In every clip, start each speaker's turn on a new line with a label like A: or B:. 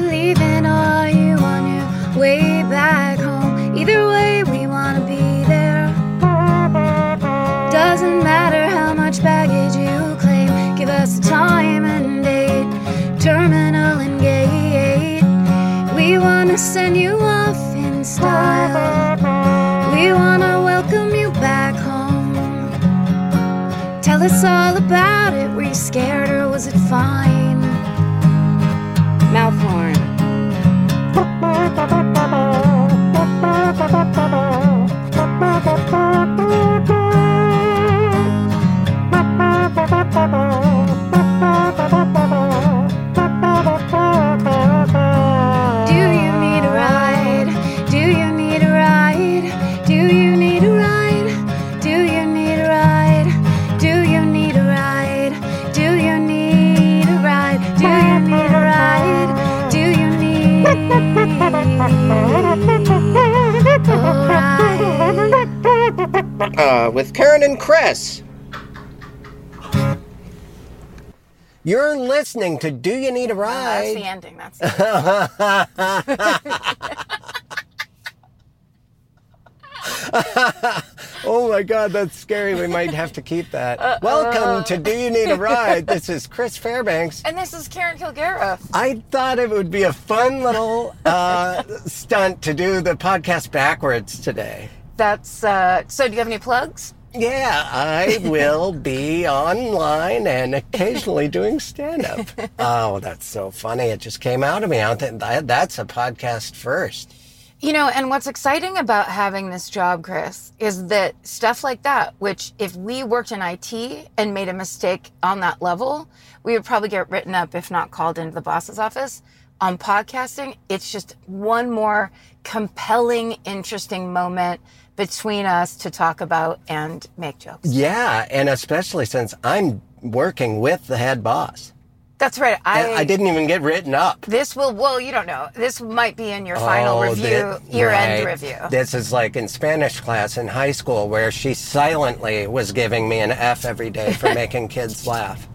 A: leaving or are you on your way back home? Either way, we wanna be there. Doesn't matter how much baggage you claim, give us a time and date, terminal and gate. We wanna send you off in style. We wanna welcome you back home. Tell us all about it. Were you scared or was it fine? Mouth horn. Do you need a ride? Do you need a ride? Do you need a ride? Do you need a ride? Do you need a ride? Do you need a ride? Do you need a ride? Do you need a ride?
B: uh, with Karen and Chris. You're listening to Do You Need a
C: Oh, That's the
B: Ride?
C: ending. That's the
B: Oh my God, that's scary. We might have to keep
C: Uh,
B: that. Welcome to Do You Need a Ride? This is Chris Fairbanks.
C: And this is Karen Kilgariff.
B: I thought it would be a fun little uh, stunt to do the podcast backwards today.
C: That's uh, so. Do you have any plugs?
B: Yeah, I will be online and occasionally doing stand up. Oh, that's so funny. It just came out of me. I think that, that's a podcast first.
C: You know, and what's exciting about having this job, Chris, is that stuff like that, which if we worked in IT and made a mistake on that level, we would probably get written up, if not called into the boss's office. On podcasting, it's just one more compelling, interesting moment between us to talk about and make jokes.
B: Yeah, and especially since I'm working with the head boss.
C: That's right.
B: I, I didn't even get written up.
C: This will, well, you don't know. This might be in your final
B: Oh,
C: review,
B: that-
C: year end
B: right.
C: review.
B: This is like in Spanish class in high school where she silently was giving me an F every day for making kids laugh.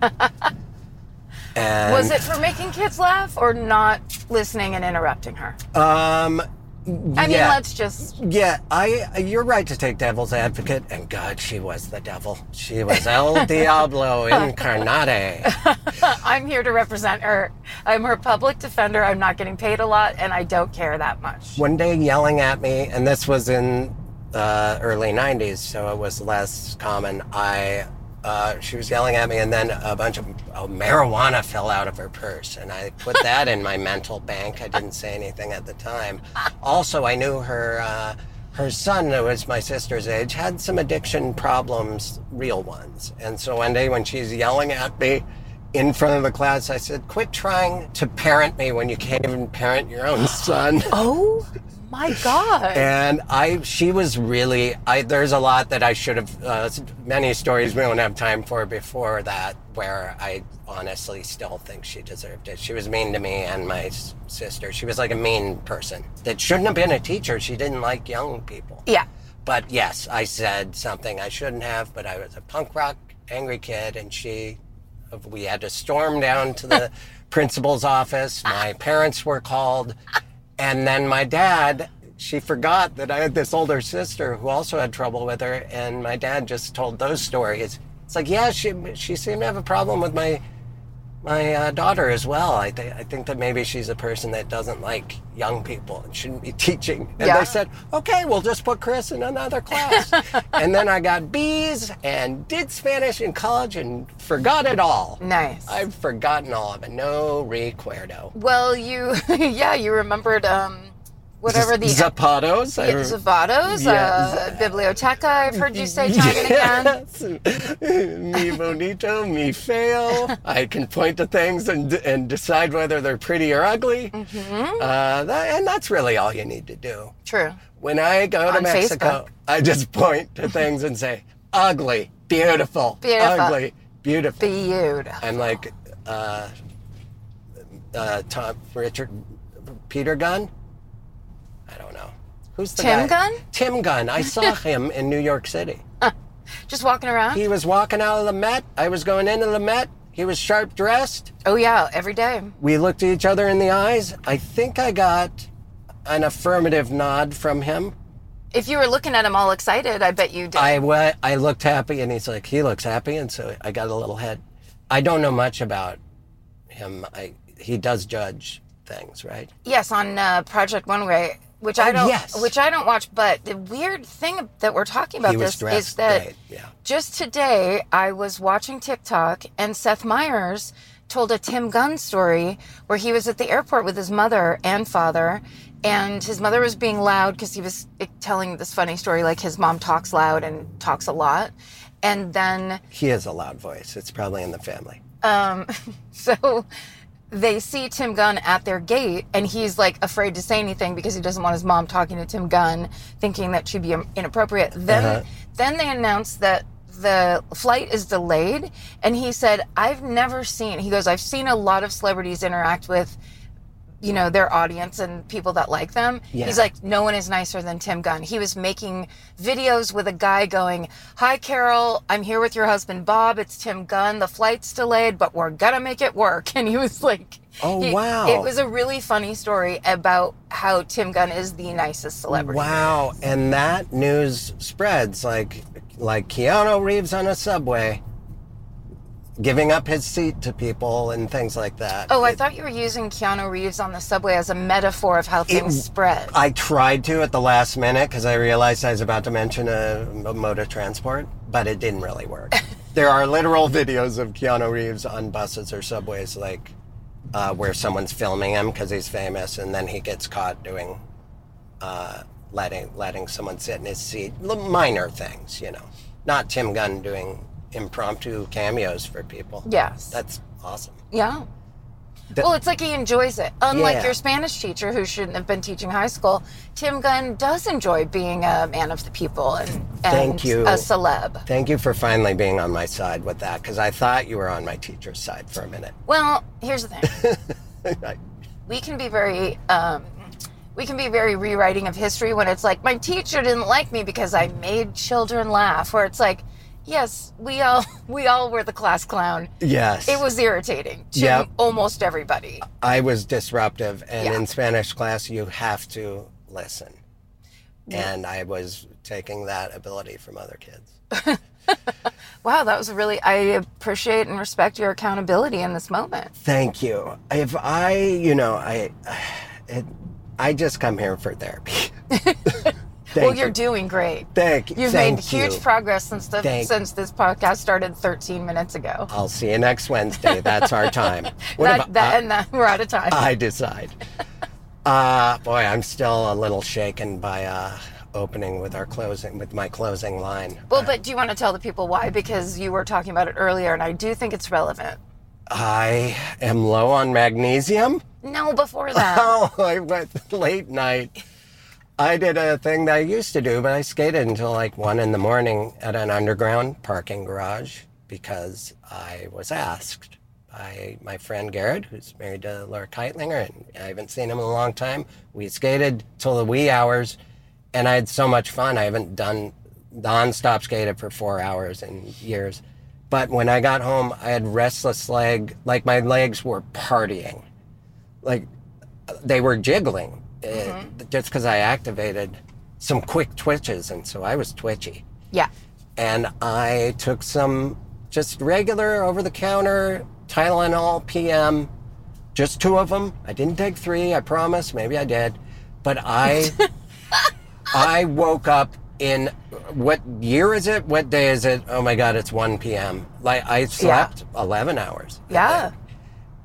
B: And
C: Was it for making kids laugh or not listening and interrupting her?
B: um
C: I mean,
B: yeah.
C: let's just.
B: Yeah, I you're right to take devil's advocate, and God, she was the devil. She was El Diablo incarnate.
C: I'm here to represent her. I'm her public defender. I'm not getting paid a lot, and I don't care that much.
B: One day yelling at me, and this was in uh, early '90s, so it was less common. I uh, she was yelling at me, and then a bunch of oh, marijuana fell out of her purse, and I put that in my mental bank. I didn't say anything at the time. Also, I knew her. Uh, her son, who was my sister's age, had some addiction problems, real ones. And so one day when she's yelling at me in front of the class, I said, Quit trying to parent me when you can't even parent your own son.
C: Oh my God.
B: And I, she was really. I, there's a lot that I should have. Uh, s- many stories we don't have time for before that, where I honestly still think she deserved it. She was mean to me and my s- sister. She was like a mean person that shouldn't have been a teacher. She didn't like young people.
C: Yeah.
B: But yes, I said something I shouldn't have. But I was a punk rock angry kid, and she. We had to storm down to the principal's office. My parents were called. And then my dad, she forgot that I had this older sister who also had trouble with her, and my dad just told those stories. It's like, yeah, she she seemed to have a problem with my my uh, daughter as well. I think I think that maybe she's a person that doesn't like young people and shouldn't be teaching. And
C: Yeah.
B: they said, okay, we'll just put Chris in another class. and then I got B's and did Spanish in college and forgot it all.
C: Nice.
B: I've forgotten all of it. No recuerdo.
C: well, you, yeah, you remembered um, whatever the.
B: Zapatos. I
C: Yeah,
B: rem-
C: Zavados, uh, Biblioteca, I've heard you say time and again.
B: Yes. me bonito, me fail. I can point to things and and decide whether they're pretty or ugly.
C: Mm-hmm.
B: Uh, that, and that's really all you need to do.
C: True.
B: When I go to
C: On
B: Mexico,
C: Facebook.
B: I just point to things and say, "Ugly, beautiful,
C: Beautiful.
B: ugly, beautiful."
C: Beautiful.
B: I'm like uh, uh, Tom Richard Peter Gunn. I don't know who's the guy?
C: Tim Gunn?
B: Tim Gunn. I saw him in New York City.
C: Just walking around?
B: He was walking out of the Met. I was going into the Met. He was sharp dressed.
C: oh, yeah, every day.
B: We looked at each other in the eyes. I think I got an affirmative nod from him.
C: If you were looking at him all excited, I bet you did.
B: I wa- I looked happy, and he's like, he looks happy, and so I got a little head. I don't know much about him. I he does judge things, right?
C: yes, on uh, Project One Way, which I don't,
B: Oh, yes.
C: which I don't watch. But the weird thing that we're talking about
B: he was
C: this
B: dressed
C: is that
B: great. Yeah.
C: Just today, I was watching TikTok and Seth Meyers told a Tim Gunn story where he was at the airport with his mother and father. And his mother was being loud because he was eh, telling this funny story like his mom talks loud and talks a lot. And then
B: He has a loud voice. It's probably in the family.
C: um, so they see Tim Gunn at their gate, and he's like afraid to say anything because he doesn't want his mom talking to Tim Gunn, thinking that she'd be inappropriate. Then,
B: Uh-huh.
C: then they announce that the flight is delayed, and he said, "I've never seen." He goes, "I've seen a lot of celebrities interact with." You know, their audience and people that like them.
B: Yeah.
C: He's like, no one is nicer than Tim Gunn. He was making videos with a guy going, Hi, Carol, I'm here with your husband, Bob. It's Tim Gunn. The flight's delayed, but we're going to make it work. And he was like,
B: Oh,
C: he-
B: wow.
C: It was a really funny story about how Tim Gunn is the nicest celebrity.
B: Wow, and that news spreads like like Keanu Reeves on a subway, giving up his seat to people and things like that.
C: Oh, I thought you were using Keanu Reeves on the subway as a metaphor of how things spread.
B: I tried to at the last minute because I realized I was about to mention a, a mode of transport, but it didn't really work. there are literal videos of Keanu Reeves on buses or subways, like uh, where someone's filming him because he's famous, and then he gets caught doing uh, letting letting someone sit in his seat. L- Minor things, you know, not Tim Gunn doing impromptu cameos for people.
C: yes.
B: that's awesome.
C: yeah.
B: That-
C: well, it's like he enjoys it. Unlike
B: Yeah.
C: your Spanish teacher who shouldn't have been teaching high school, Tim Gunn does enjoy being a man of the people and, and
B: Thank you.
C: a celeb.
B: Thank you for finally being on my side with that because I thought you were on my teacher's side for a minute.
C: Well, here's the thing.
B: I-
C: we can be very um, we can be very rewriting of history when it's like my teacher didn't like me because I made children laugh where it's like yes we all we all were the class clown
B: Yes.
C: it was irritating to
B: Yep.
C: almost everybody
B: I was disruptive and
C: Yeah.
B: in Spanish class you have to listen. And I was taking that ability from other kids.
C: wow that was really I appreciate and respect your accountability in this moment
B: Thank you. If I, you know, I it, I just come here for therapy. thank
C: well you're
B: you.
C: doing great
B: Thank,
C: you've
B: thank
C: made huge
B: you.
C: progress since the
B: Thank-
C: since this podcast started 13 minutes ago
B: I'll see you next Wednesday. That's our time. What
C: that,
B: about uh,
C: that,
B: I-
C: and that, we're out of time
B: I decide. Uh, boy, I'm still a little shaken by uh, opening with our closing with my closing line.
C: Well, but do you want to tell the people why? Because you were talking about it earlier, and I do think it's relevant.
B: I am low on magnesium.
C: No, before that.
B: Oh, I went late night. I did a thing that I used to do, but I skated until like one in the morning at an underground parking garage because I was asked by my friend Garrett, who's married to Laura Keitlinger, and I haven't seen him in a long time. We skated till the wee hours, and I had so much fun. I haven't done nonstop skated for four hours in years. But when I got home, I had restless leg, like my legs were partying like they were jiggling uh, just because I activated some quick twitches, and so I was twitchy.
C: yeah.
B: And I took some just regular over the counter Tylenol PM, just two of them. I didn't take three, I promise. Maybe I did, but I I woke up in what year is it? What day is it? Oh my God, it's 1 p.m. Like I slept 11 hours. I
C: Yeah.
B: think.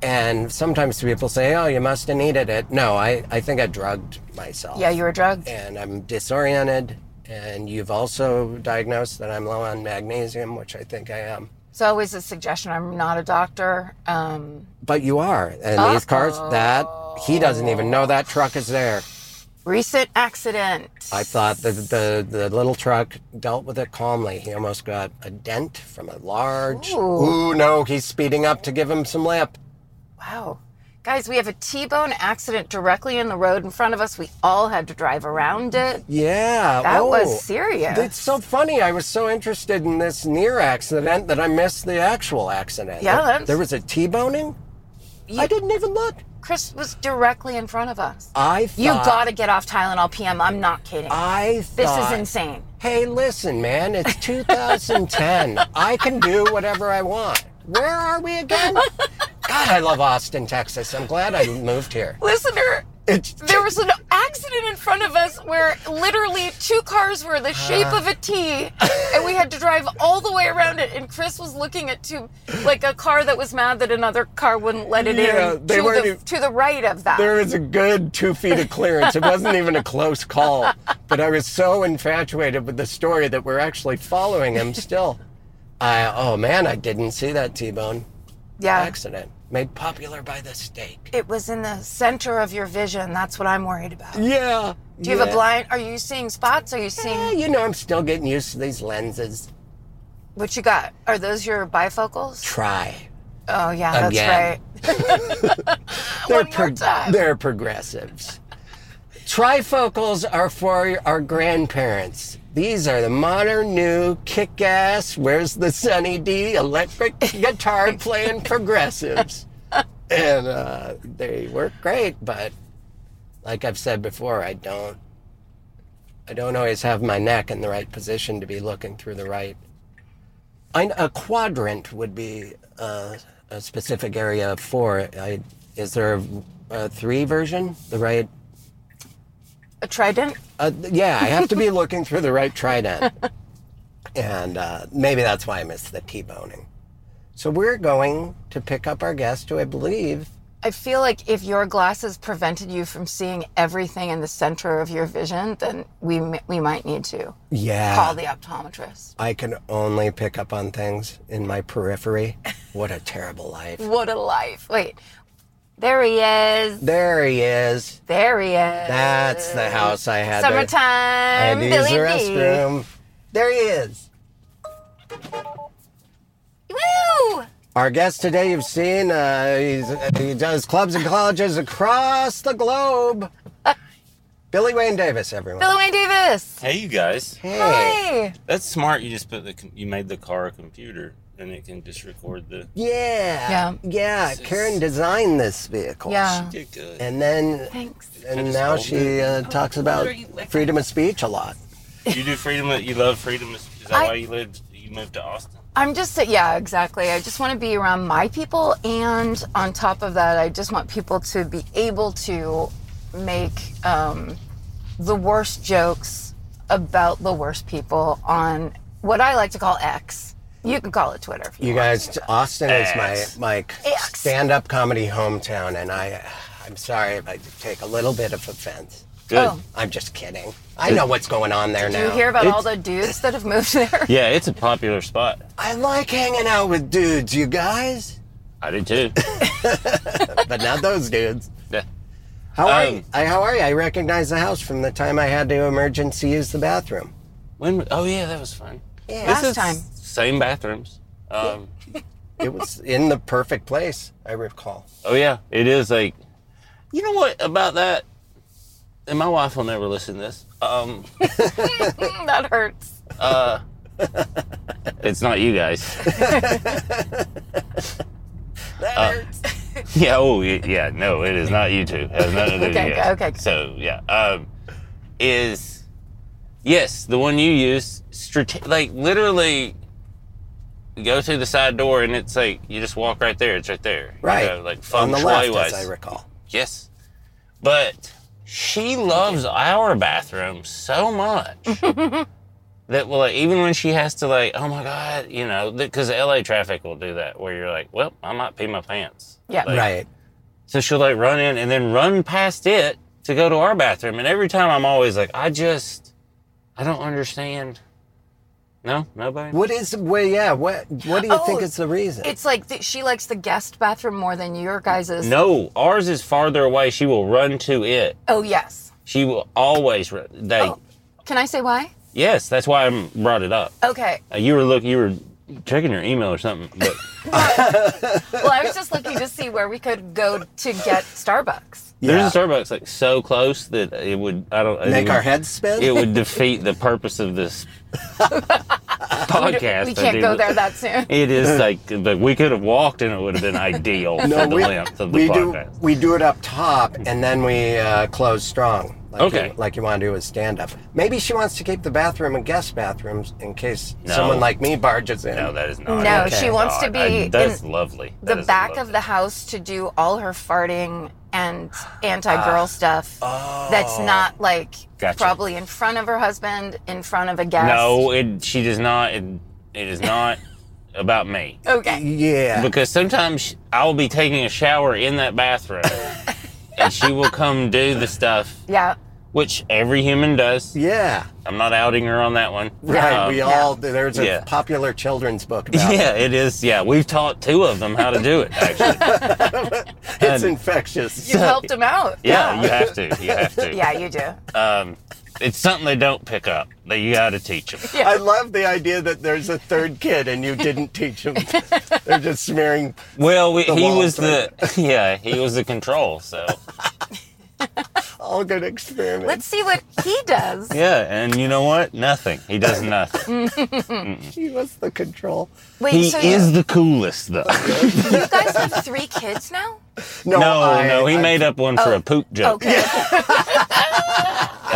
B: And sometimes people say, oh, you must have needed it. No, I, I think I drugged myself.
C: Yeah, you were drugged.
B: And I'm disoriented. And you've also diagnosed that I'm low on magnesium, which I think I am.
C: It's always a suggestion. I'm not a doctor. Um,
B: But you are. And these cars, that, he doesn't even know that truck is there.
C: recent accident.
B: I thought the, the, the little truck dealt with it calmly. He almost got a dent from a large.
C: Ooh.
B: Ooh no, he's speeding up to give him some lip.
C: wow. Guys, we have a T-bone accident directly in the road in front of us. We all had to drive around it.
B: Yeah.
C: That was
B: oh.
C: serious.
B: It's so funny. I was so interested in this near accident that I missed the actual accident.
C: Yeah,
B: There-
C: that's-
B: There was a T-boning? I didn't even look.
C: Chris was directly in front of us.
B: I thought,
C: You gotta get off Tylenol PM. I'm not kidding.
B: I
C: this
B: thought,
C: is insane.
B: Hey, listen, man, it's 2010. I can do whatever I want. Where are we again? God, I love Austin, Texas. I'm glad I moved here.
C: Listener,
B: It's
C: there was an accident in front of us where literally two cars were the shape of a T, and we had to drive all the way around it. And Chris was looking at two, like a car that was mad that another car wouldn't let it
B: Yeah,
C: in
B: they
C: to
B: weren't
C: the,
B: even-
C: to the right of that.
B: there was a good two feet of clearance. It wasn't even a close call. But I was so infatuated with the story that we're actually following him still. I oh man, I didn't see that T-bone
C: yeah,
B: accident made popular by the steak.
C: it was in the center of your vision. That's what I'm worried about.
B: Yeah.
C: Do you have a blind? Are you seeing spots? Are you
B: Yeah,
C: seeing
B: you know, I'm still getting used to these lenses.
C: what you got? Are those your bifocals?
B: Try.
C: Oh yeah, that's
B: Again.
C: right.
B: They're
C: One more time.
B: they're progressives. Trifocals are for our grandparents. These are the modern, new, kick-ass. Where's the Sunny D electric guitar playing progressives? And uh, they work great, but like I've said before, I don't. I don't always have my neck in the right position to be looking through the right. I, a quadrant would be uh, a specific area of four. I, is there a, a three version? The right?
C: A trident.
B: Uh, th- yeah, I have to be looking through the right trident. and uh, maybe that's why I missed the T-boning. So we're going to pick up our guest, who I believe.
C: I feel like if your glasses prevented you from seeing everything in the center of your vision, then we m- we might need to
B: Yeah.
C: call the optometrist.
B: I can only pick up on things in my periphery. What a terrible life.
C: What a life! Wait, there he is.
B: There he is.
C: There he is.
B: That's the house I had. to-
C: Uh, summertime.
B: I had to use
C: Billy
B: the
C: D.
B: restroom. There he is.
C: Woo!
B: Our guest today, you've seen, uh, he's, he does clubs and colleges across the globe. Billy Wayne Davis, everyone.
C: Billy Wayne Davis.
D: Hey, you guys.
B: Hey.
C: Hi.
D: That's smart. You just put the com- you made the car a computer, and it can just record the.
B: Yeah.
C: Yeah.
B: Yeah.
D: This is-
B: Karen designed this vehicle.
C: Yeah.
D: Did good.
B: And then,
C: Thanks.
D: I
B: and
D: just Oh,
B: now
D: hold
B: she
D: it.
B: uh, talks about freedom of speech a lot.
D: you do freedom. of- You love freedom. Is is that
C: I- Oh.
D: why you lived? You moved to Austin.
C: I'm just yeah, exactly. I just want to be around my people, and on top of that, I just want people to be able to make um, the worst jokes about the worst people on what I like to call X. You can call it Twitter. If you
B: You guys, Austin is my
D: Ass.
B: my
C: Ass.
B: stand-up comedy hometown, and I, I'm sorry if I take a little bit of offense.
D: Good.
C: Oh.
B: I'm just kidding. I know what's going on there
C: Do
B: now.
C: you hear about all the
D: It's-
C: dudes that have moved there?
D: Yeah, it's a popular spot.
B: I like hanging out with dudes, you guys,
D: I did too.
B: but not those dudes.
D: Yeah.
B: How are
D: Um,
B: you? I, how are you? I recognize the house from the time I had to emergency use the bathroom.
D: When? Oh yeah, that was fun.
B: Yeah.
D: This
C: Last
D: is
C: time.
D: Same bathrooms. Um,
B: It was in the perfect place. I recall.
D: Oh yeah, it is like, you know what about that? And my wife will never listen to this. Um,
C: that hurts.
D: uh, it's not you guys.
B: That
D: Uh,
B: hurts.
D: Yeah. Oh, y- yeah. No, it is not you two. It has nothing to do
C: Okay,
D: with you.
C: okay, okay.
D: So yeah, um, is yes the one you use strate- like literally you go through the side door and it's like you just walk right there. It's right there. You
B: Right.
D: know, like
B: On
D: feng
B: the
D: shui
B: left,
D: wise.
B: as I recall.
D: Yes. But she loves our bathroom so much that, well, like, even when she has to, like, oh my God, you know, because LA traffic will do that where you're like, well, I might pee my pants.
C: Yeah.
D: Like,
B: right.
D: So she'll, like, run in and then run past it to go to our bathroom. And every time I'm always like, I just, I don't understand. No, nobody?
B: What is? Well, yeah. What? What do you
C: Oh,
B: think is the reason?
C: It's like the, she likes the guest bathroom more than your guys's.
D: No, ours is farther away. She will run to it.
C: Oh yes.
D: She will always run. They,
C: Oh, can I say why?
D: Yes, that's why I brought it up.
C: Okay.
D: Uh, you were look. You were checking your email or something. But
C: Well, I was just looking to see where we could go to get Starbucks.
D: there's a Starbucks like so close that it would I don't it
B: Make
D: would-
B: our heads spin.
D: It would defeat the purpose of this
C: We
D: podcast.
C: we
D: I
C: can't
D: do-
C: go there that soon.
D: It is like but we could have walked and it would have been ideal for the length of the
B: we do
D: podcast.
B: we do it up top and then we uh, close strong. Like
D: Okay.
B: You, like you want to do a stand up. Maybe she wants to keep the bathroom and guest bathrooms in case
D: No.
B: someone like me barges in.
D: No, that is not.
C: No,
B: Okay.
C: she wants to
D: God,
C: be
D: I- that's
C: in
D: lovely. That
C: the
D: is
C: back
D: lovely.
C: of the house to do all her farting and anti-girl stuff. That's not like
D: Ah. Oh. Gotcha.
C: probably in front of her husband, in front of a guest.
D: No, it, she does not. It, it is not about me.
C: Okay.
B: yeah.
D: Because sometimes sh- I'll be taking a shower in that bathroom and she will come do the stuff,
C: Yeah.
D: which every human does.
B: yeah.
D: I'm not outing her on that one.
B: Right.
D: Um,
B: we all there's a
D: yeah.
B: popular children's book about it.
D: yeah, it is. Yeah, we've taught two of them how to do it, actually.
B: It's
D: And-
B: infectious.
C: You helped him out.
D: Yeah, you have to. You have to.
C: Yeah, you do.
D: Um, it's something they don't pick up, that you got to teach them.
B: I love the idea that there's a third kid and you didn't teach him. They're just smearing.
D: Well, we, he
B: wall
D: was the yeah, he was the control. So
B: All good experiments.
C: Let's see what he does.
D: yeah, and you know what? Nothing. He does nothing.
B: He was the control.
C: Wait,
D: He
C: Mm, so
D: is the coolest though.
C: you guys have three kids now?
B: No,
D: No,
B: I-
D: no, he
B: I-
D: made up one for a poop joke,
C: Oh. Okay.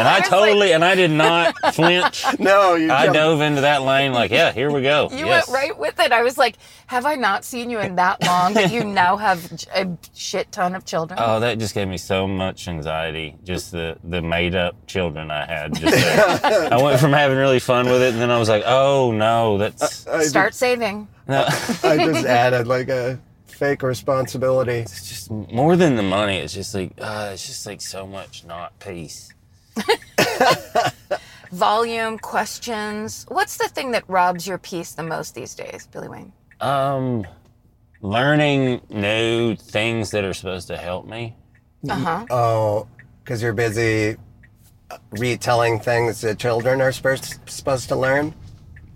D: and I totally and I did not flinch.
B: No, you.
D: I
B: jumped-
D: dove into that lane like, yeah, here we go.
C: You
D: Yes.
C: went right with it. I was like, have I not seen you in that long that you now have j- a shit ton of children?
D: Oh, that just gave me so much anxiety. Just the the made up children I had. Just there. I went from having really fun with it, and then I was like, oh no, that's
B: I just-
C: Start saving.
B: I just added like a fake responsibility.
D: it's just more than the money. It's just like uh, it's just like so much not peace.
C: Volume, questions. What's the thing that robs your peace the most these days, Billy Wayne?
D: Um, learning new things that are supposed to help me.
C: Uh huh.
B: Oh, because you're busy retelling things that children are supposed supposed to learn.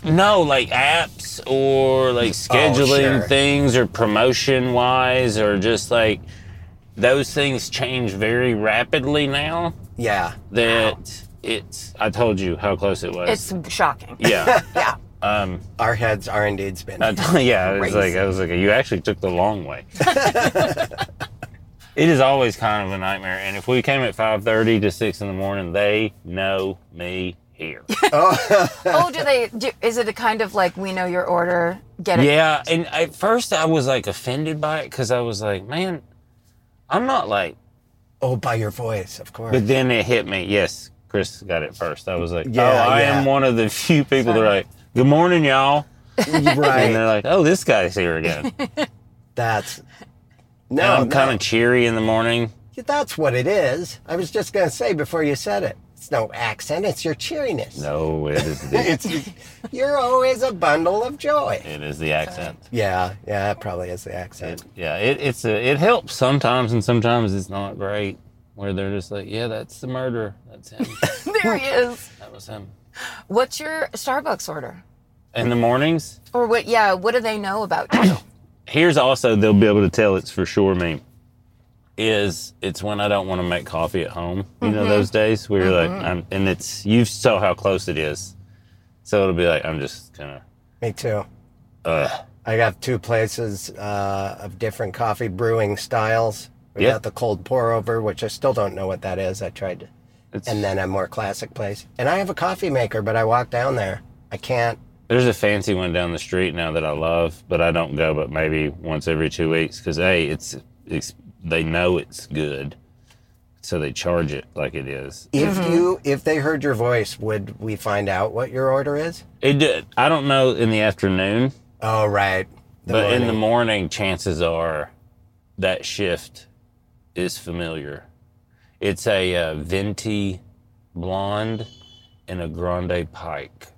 D: No, like apps or
C: Oh,
D: like scheduling
B: sure.
D: things or promotion wise or just like those things change very rapidly now.
B: Yeah.
D: that it's I told you how close it was.
C: It's shocking.
D: yeah.
C: Yeah.
D: Um
B: Our heads are indeed
D: I
B: spinning.
D: t- yeah, I was
C: Crazy.
D: like I was like you actually took the long way. it is always kind of a nightmare and if we came at 5:30 to 6 in the morning, they know me here.
C: Oh, do they? Do, is it a kind of like we know your order, get it?
D: yeah, and at first I was like offended by it cuz I was like, man, I'm not like
B: oh, by your voice, of course.
D: but then it hit me. Yes, Chris got it first. I was like,
B: Yeah,
D: oh, I
B: yeah.
D: am one of the few people that are like, good morning y'all. And
B: right.
D: they're like, oh, this guy's here again.
B: That's.
D: And
B: No,
D: I'm kind of cheery in the morning.
B: no, that's what it is. I was just gonna say before you said it. It's no accent. It's your cheeriness.
D: No, it is the,
B: It's you're always a bundle of joy.
D: it is the accent.
B: Yeah, yeah, it probably is the accent.
D: Yeah, it, it's a, it helps sometimes, and sometimes it's not great. Where they're just like, yeah, that's the murderer. That's him.
C: There he is.
D: that was him.
C: What's your Starbucks order?
D: In the mornings,
C: Or what? Yeah. What do they know about you?
D: here's also they'll be able to tell it's for sure me. Is it's when I don't want to make coffee at home. You know those days where you're like, I'm, and it's you saw how close it is, so it'll be like I'm just gonna.
B: Me too. I got two places uh, of different coffee brewing styles. We
D: Yeah.
B: got the cold pour over, which I still don't know what that is. I tried to,
D: It's,
B: and then a more classic place. And I have a coffee maker, but I walk down there. I can't.
D: There's a fancy one down the street now that I love, but I don't go. But maybe once every two weeks, because a it's, it's they know it's good, so they charge it like it is.
B: If you, if they heard your voice, would we find out what your order is?
D: It did. I don't know in the afternoon,
B: Oh, right. The
D: but in
B: morning.
D: the morning, chances are that shift is familiar. It's a uh, venti blonde and a grande pike.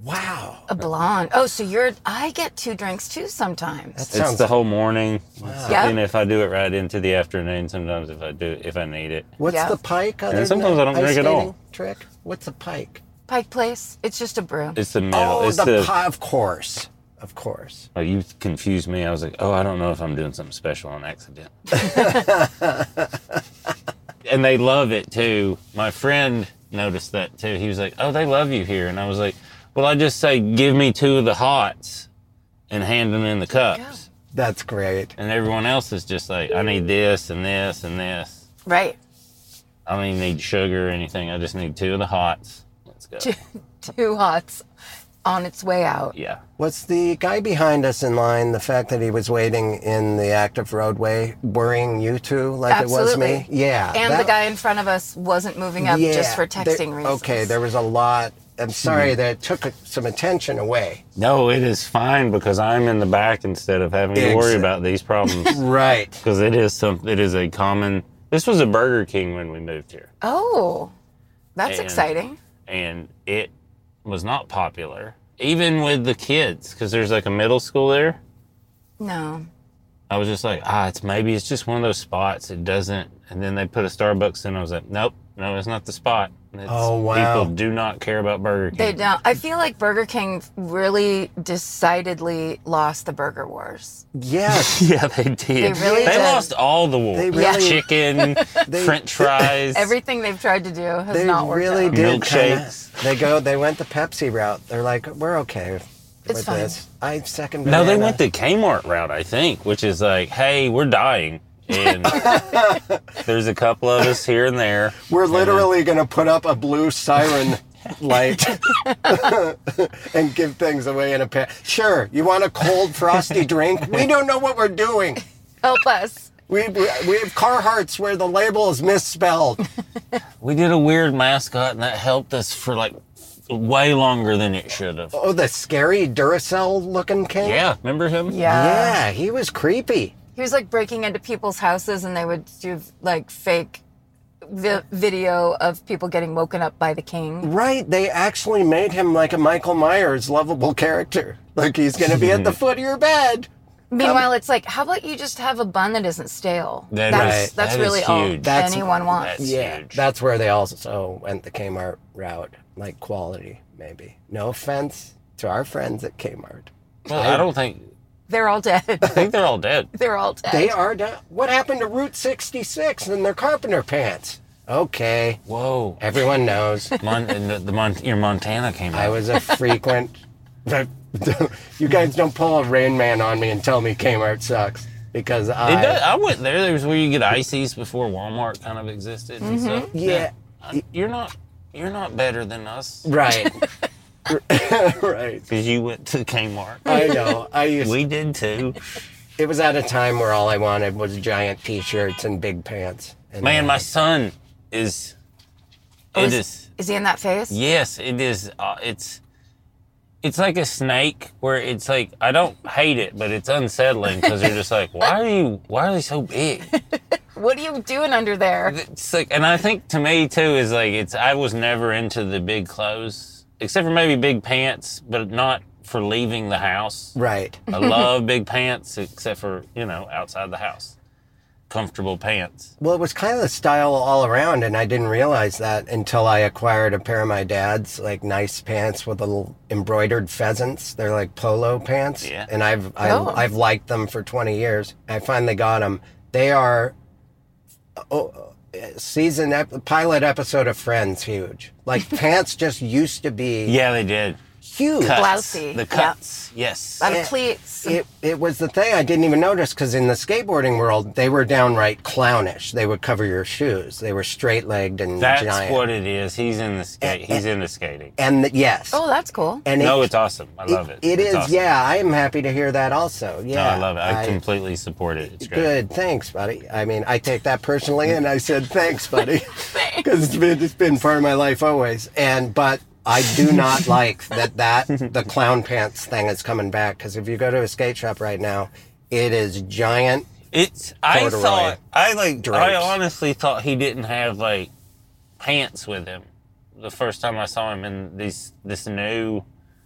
B: wow,
C: A blonde. Oh, so you're. I get two drinks too sometimes.
B: that
D: It's
B: sounds.
D: the whole morning,
C: Yeah.
D: and if I do it right into the afternoon, sometimes if I do if I need it.
B: what's
C: Yeah.
B: the pike? Other
D: And
B: than
D: sometimes
B: the
D: I don't
B: ice
D: drink at all.
B: skating Trick. What's a pike?
C: Pike Place. It's just a brew.
D: It's the middle.
B: Oh,
D: it's
B: the,
D: the,
B: pi- of course. of course.
D: Oh, you confused me. I was like, oh, I don't know if I'm doing something special on accident. and they love it too. My friend noticed that too. He was like, oh, they love you here. And I was like, well, I just say, give me two of the hots and hand them in the cups.
B: That's great.
D: And everyone else is just like, I need this and this and this.
C: Right.
D: I don't even need sugar or anything. I just need two of the hots. Let's go.
C: Two hots on its way out.
D: yeah.
B: Was the guy behind us in line the fact that he was waiting in the active roadway worrying you two like it was
C: Absolutely.
B: me? Yeah.
C: And the
B: that-
C: guy in front of us wasn't moving up just for
B: there-
C: texting reasons.
B: Okay, there was a lot. I'm
D: Hmm.
B: sorry that it took some attention away.
D: No, it is fine because I'm in the back instead of having to worry
B: Exa-
D: about these problems.
B: Right.
D: because it is some it is a common this was a burger king when we moved here
C: Oh, that's
D: And-
C: exciting.
D: and it was not popular even with the kids because there's like a middle school there
C: No.
D: i was just like ah it's maybe it's just one of those spots it doesn't and then they put a starbucks in i was like nope no it's not the spot It's-
B: Oh, wow.
D: people do not care about burger king
C: They don't. I feel like Burger King really decidedly lost the burger wars.
B: Yes.
D: yeah, they did. They
C: really did.
D: lost all the war.
B: They
C: Yeah.
B: really,
D: Chicken,
B: They-
D: French fries.
C: Everything they've tried to do has
B: they
C: not worked
B: really
C: out.
B: did. kinda-
D: Milkshakes.
B: they go. They went the Pepsi route. They're like, we're okay with
C: fine.
B: this. I second.
D: No, they
B: banana.
D: went the Kmart route, I think, which is like, hey, we're dying. And there's a couple of us here and there.
B: We're literally going to put up a blue siren light and give things away in a pan. Sure, you want a cold, frosty drink? We don't know what we're doing.
C: Help us.
B: We, we we have Carhartts where the label is misspelled.
D: We did a weird mascot, and that helped us for like way longer than it should have.
B: Oh, the scary Duracell looking kid?
D: Yeah, remember him?
C: Yeah.
B: Yeah, he was creepy.
C: He was like breaking into people's houses and they would do like fake vi- video of people getting woken up by the king.
B: Right, they actually made him like a Michael Myers lovable character. Like he's going to be at the foot of your bed.
C: Meanwhile, it's like, how about you just have a bun that isn't stale?
D: That
C: that's
D: is-
C: that's
D: that is
C: really all
D: huge. That's-
C: anyone wants.
D: that's-
B: Yeah,
D: Huge.
B: that's where they also went the Kmart route, like quality, maybe. No offense to our friends at Kmart.
D: Well, I don't think,
C: They're all dead.
D: I think they're all dead.
C: They're all dead.
B: They are down. What happened to Route 66 and their carpenter pants? Okay,
D: Whoa.
B: everyone knows.
D: Mon- and the, the Mon- your Montana came
B: I
D: out.
B: was a frequent. you guys don't pull a Rain Man on me and tell me Kmart sucks because I.
D: It does, I went there. There was where you get ices before Walmart kind of existed and stuff.
B: Yeah.
D: I- You're not, you're not better than us
B: Right. right.
D: because you went to Kmart.
B: I know. I used.
D: We did too.
B: it was at a time where all I wanted was giant T-shirts and big pants. And
D: Man, my son is. It is.
C: Is he in that phase?
D: Yes, it is. Uh, it's. It's like a snake where it's like I don't hate it, but it's unsettling because you're just like, why are you? Why are they so big?
C: What are you doing under there?
D: It's like, and I think to me too is like it's. I was never into the big clothes, except for maybe big pants, but not for leaving the house.
B: Right.
D: I love big pants, except for you know outside the house, comfortable pants.
B: Well, it was kind of the style all around, and I didn't realize that until I acquired a pair of my dad's like nice pants with little embroidered pheasants. They're like polo pants,
D: Yeah.
B: and I've I,
C: Oh.
B: I've liked them for twenty years. I finally got them. They are oh, season ep- pilot episode of Friends huge. Like pants just used to be
D: Yeah, they did.
B: huge.
D: Cuts.
C: Blousy, yeah.
D: The cuts. Yes.
C: Out
B: Yeah.
C: of pleats.
B: it, it was the thing I didn't even notice because in the skateboarding world, they were downright clownish. They would cover your shoes. They were straight legged and
D: That's
B: giant.
D: what it is. He's in the skate. He's into skating.
B: and the, yes,
C: oh, that's cool.
B: and
D: No,
B: it,
D: it's awesome. I love it.
B: it
D: It's
B: is.
D: awesome.
B: Yeah, I am happy to hear that. Also,
D: No,
B: yeah,
D: I love it. I, completely support it. It's great.
B: Good, thanks, buddy. I mean, I take that personally, and I said thanks, buddy, because it's been it's been part of my life always. And but I do not like that that the clown pants thing is coming back because if you go to a skate shop right now, it is giant
D: It's. I
B: Corduroy
D: thought. I like. I
B: drapes.
D: honestly thought he didn't have like pants with him the first time I saw him in these this new.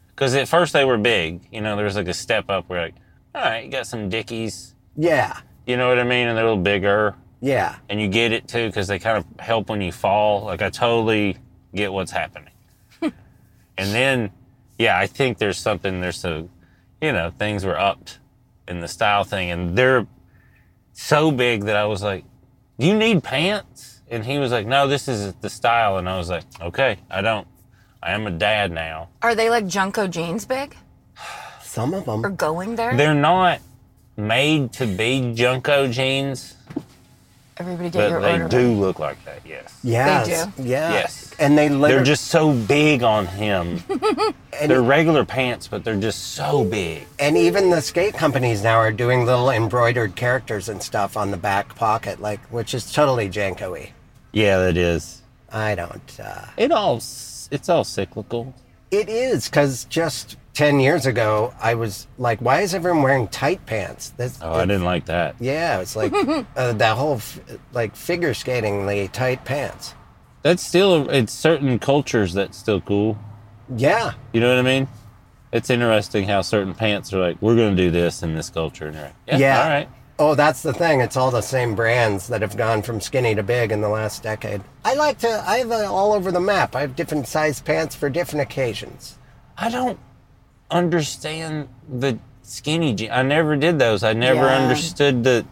D: Because at first they were big. You know, there was like a step up. We're like, all right, you got some dickies.
B: Yeah,
D: You know what I mean? And they're a little bigger.
B: yeah,
D: and you get it too because they kind of help when you fall. Like I totally get what's happening. and then, yeah, I think there's something. There's a you know, things were upped in the style thing. And they're so big that I was like, Do you need pants? And he was like, No, this is the style. And I was like, Okay, I don't. I am a dad now.
C: Are they like Junko jeans big?
B: Some of
C: Or
B: them.
C: going there?
D: They're not made to be Junko jeans,
C: Everybody get
D: but
C: your
D: they
C: order.
D: do look like that, yes.
B: Yes.
C: do.
B: Yeah.
D: Yes.
B: And they
D: They're
B: literally
D: just so big on him. they're regular pants, but they're just so big.
B: and even the skate companies now are doing little embroidered characters and stuff on the back pocket, like which is totally janko-y.
D: Yeah, it is.
B: I don't. Uh,
D: It all s- it's all cyclical.
B: it is because just ten years ago, I was like, "Why is everyone wearing tight pants?" This,
D: Oh, I didn't like that.
B: Yeah, it's like uh, that whole f- like figure skatingly tight pants.
D: That's still in certain cultures that's still cool.
B: Yeah,
D: You know what I mean? It's interesting how certain pants are like, we're going to do this in this culture. And you're like, yeah,
B: Yeah.
D: all right.
B: Oh, that's the thing. It's all the same brands that have gone from skinny to big in the last decade. I like to, I have uh, all over the map. I have different size pants for different occasions.
D: I don't understand the skinny jeans. I never did those. I never
C: Yeah.
D: understood the.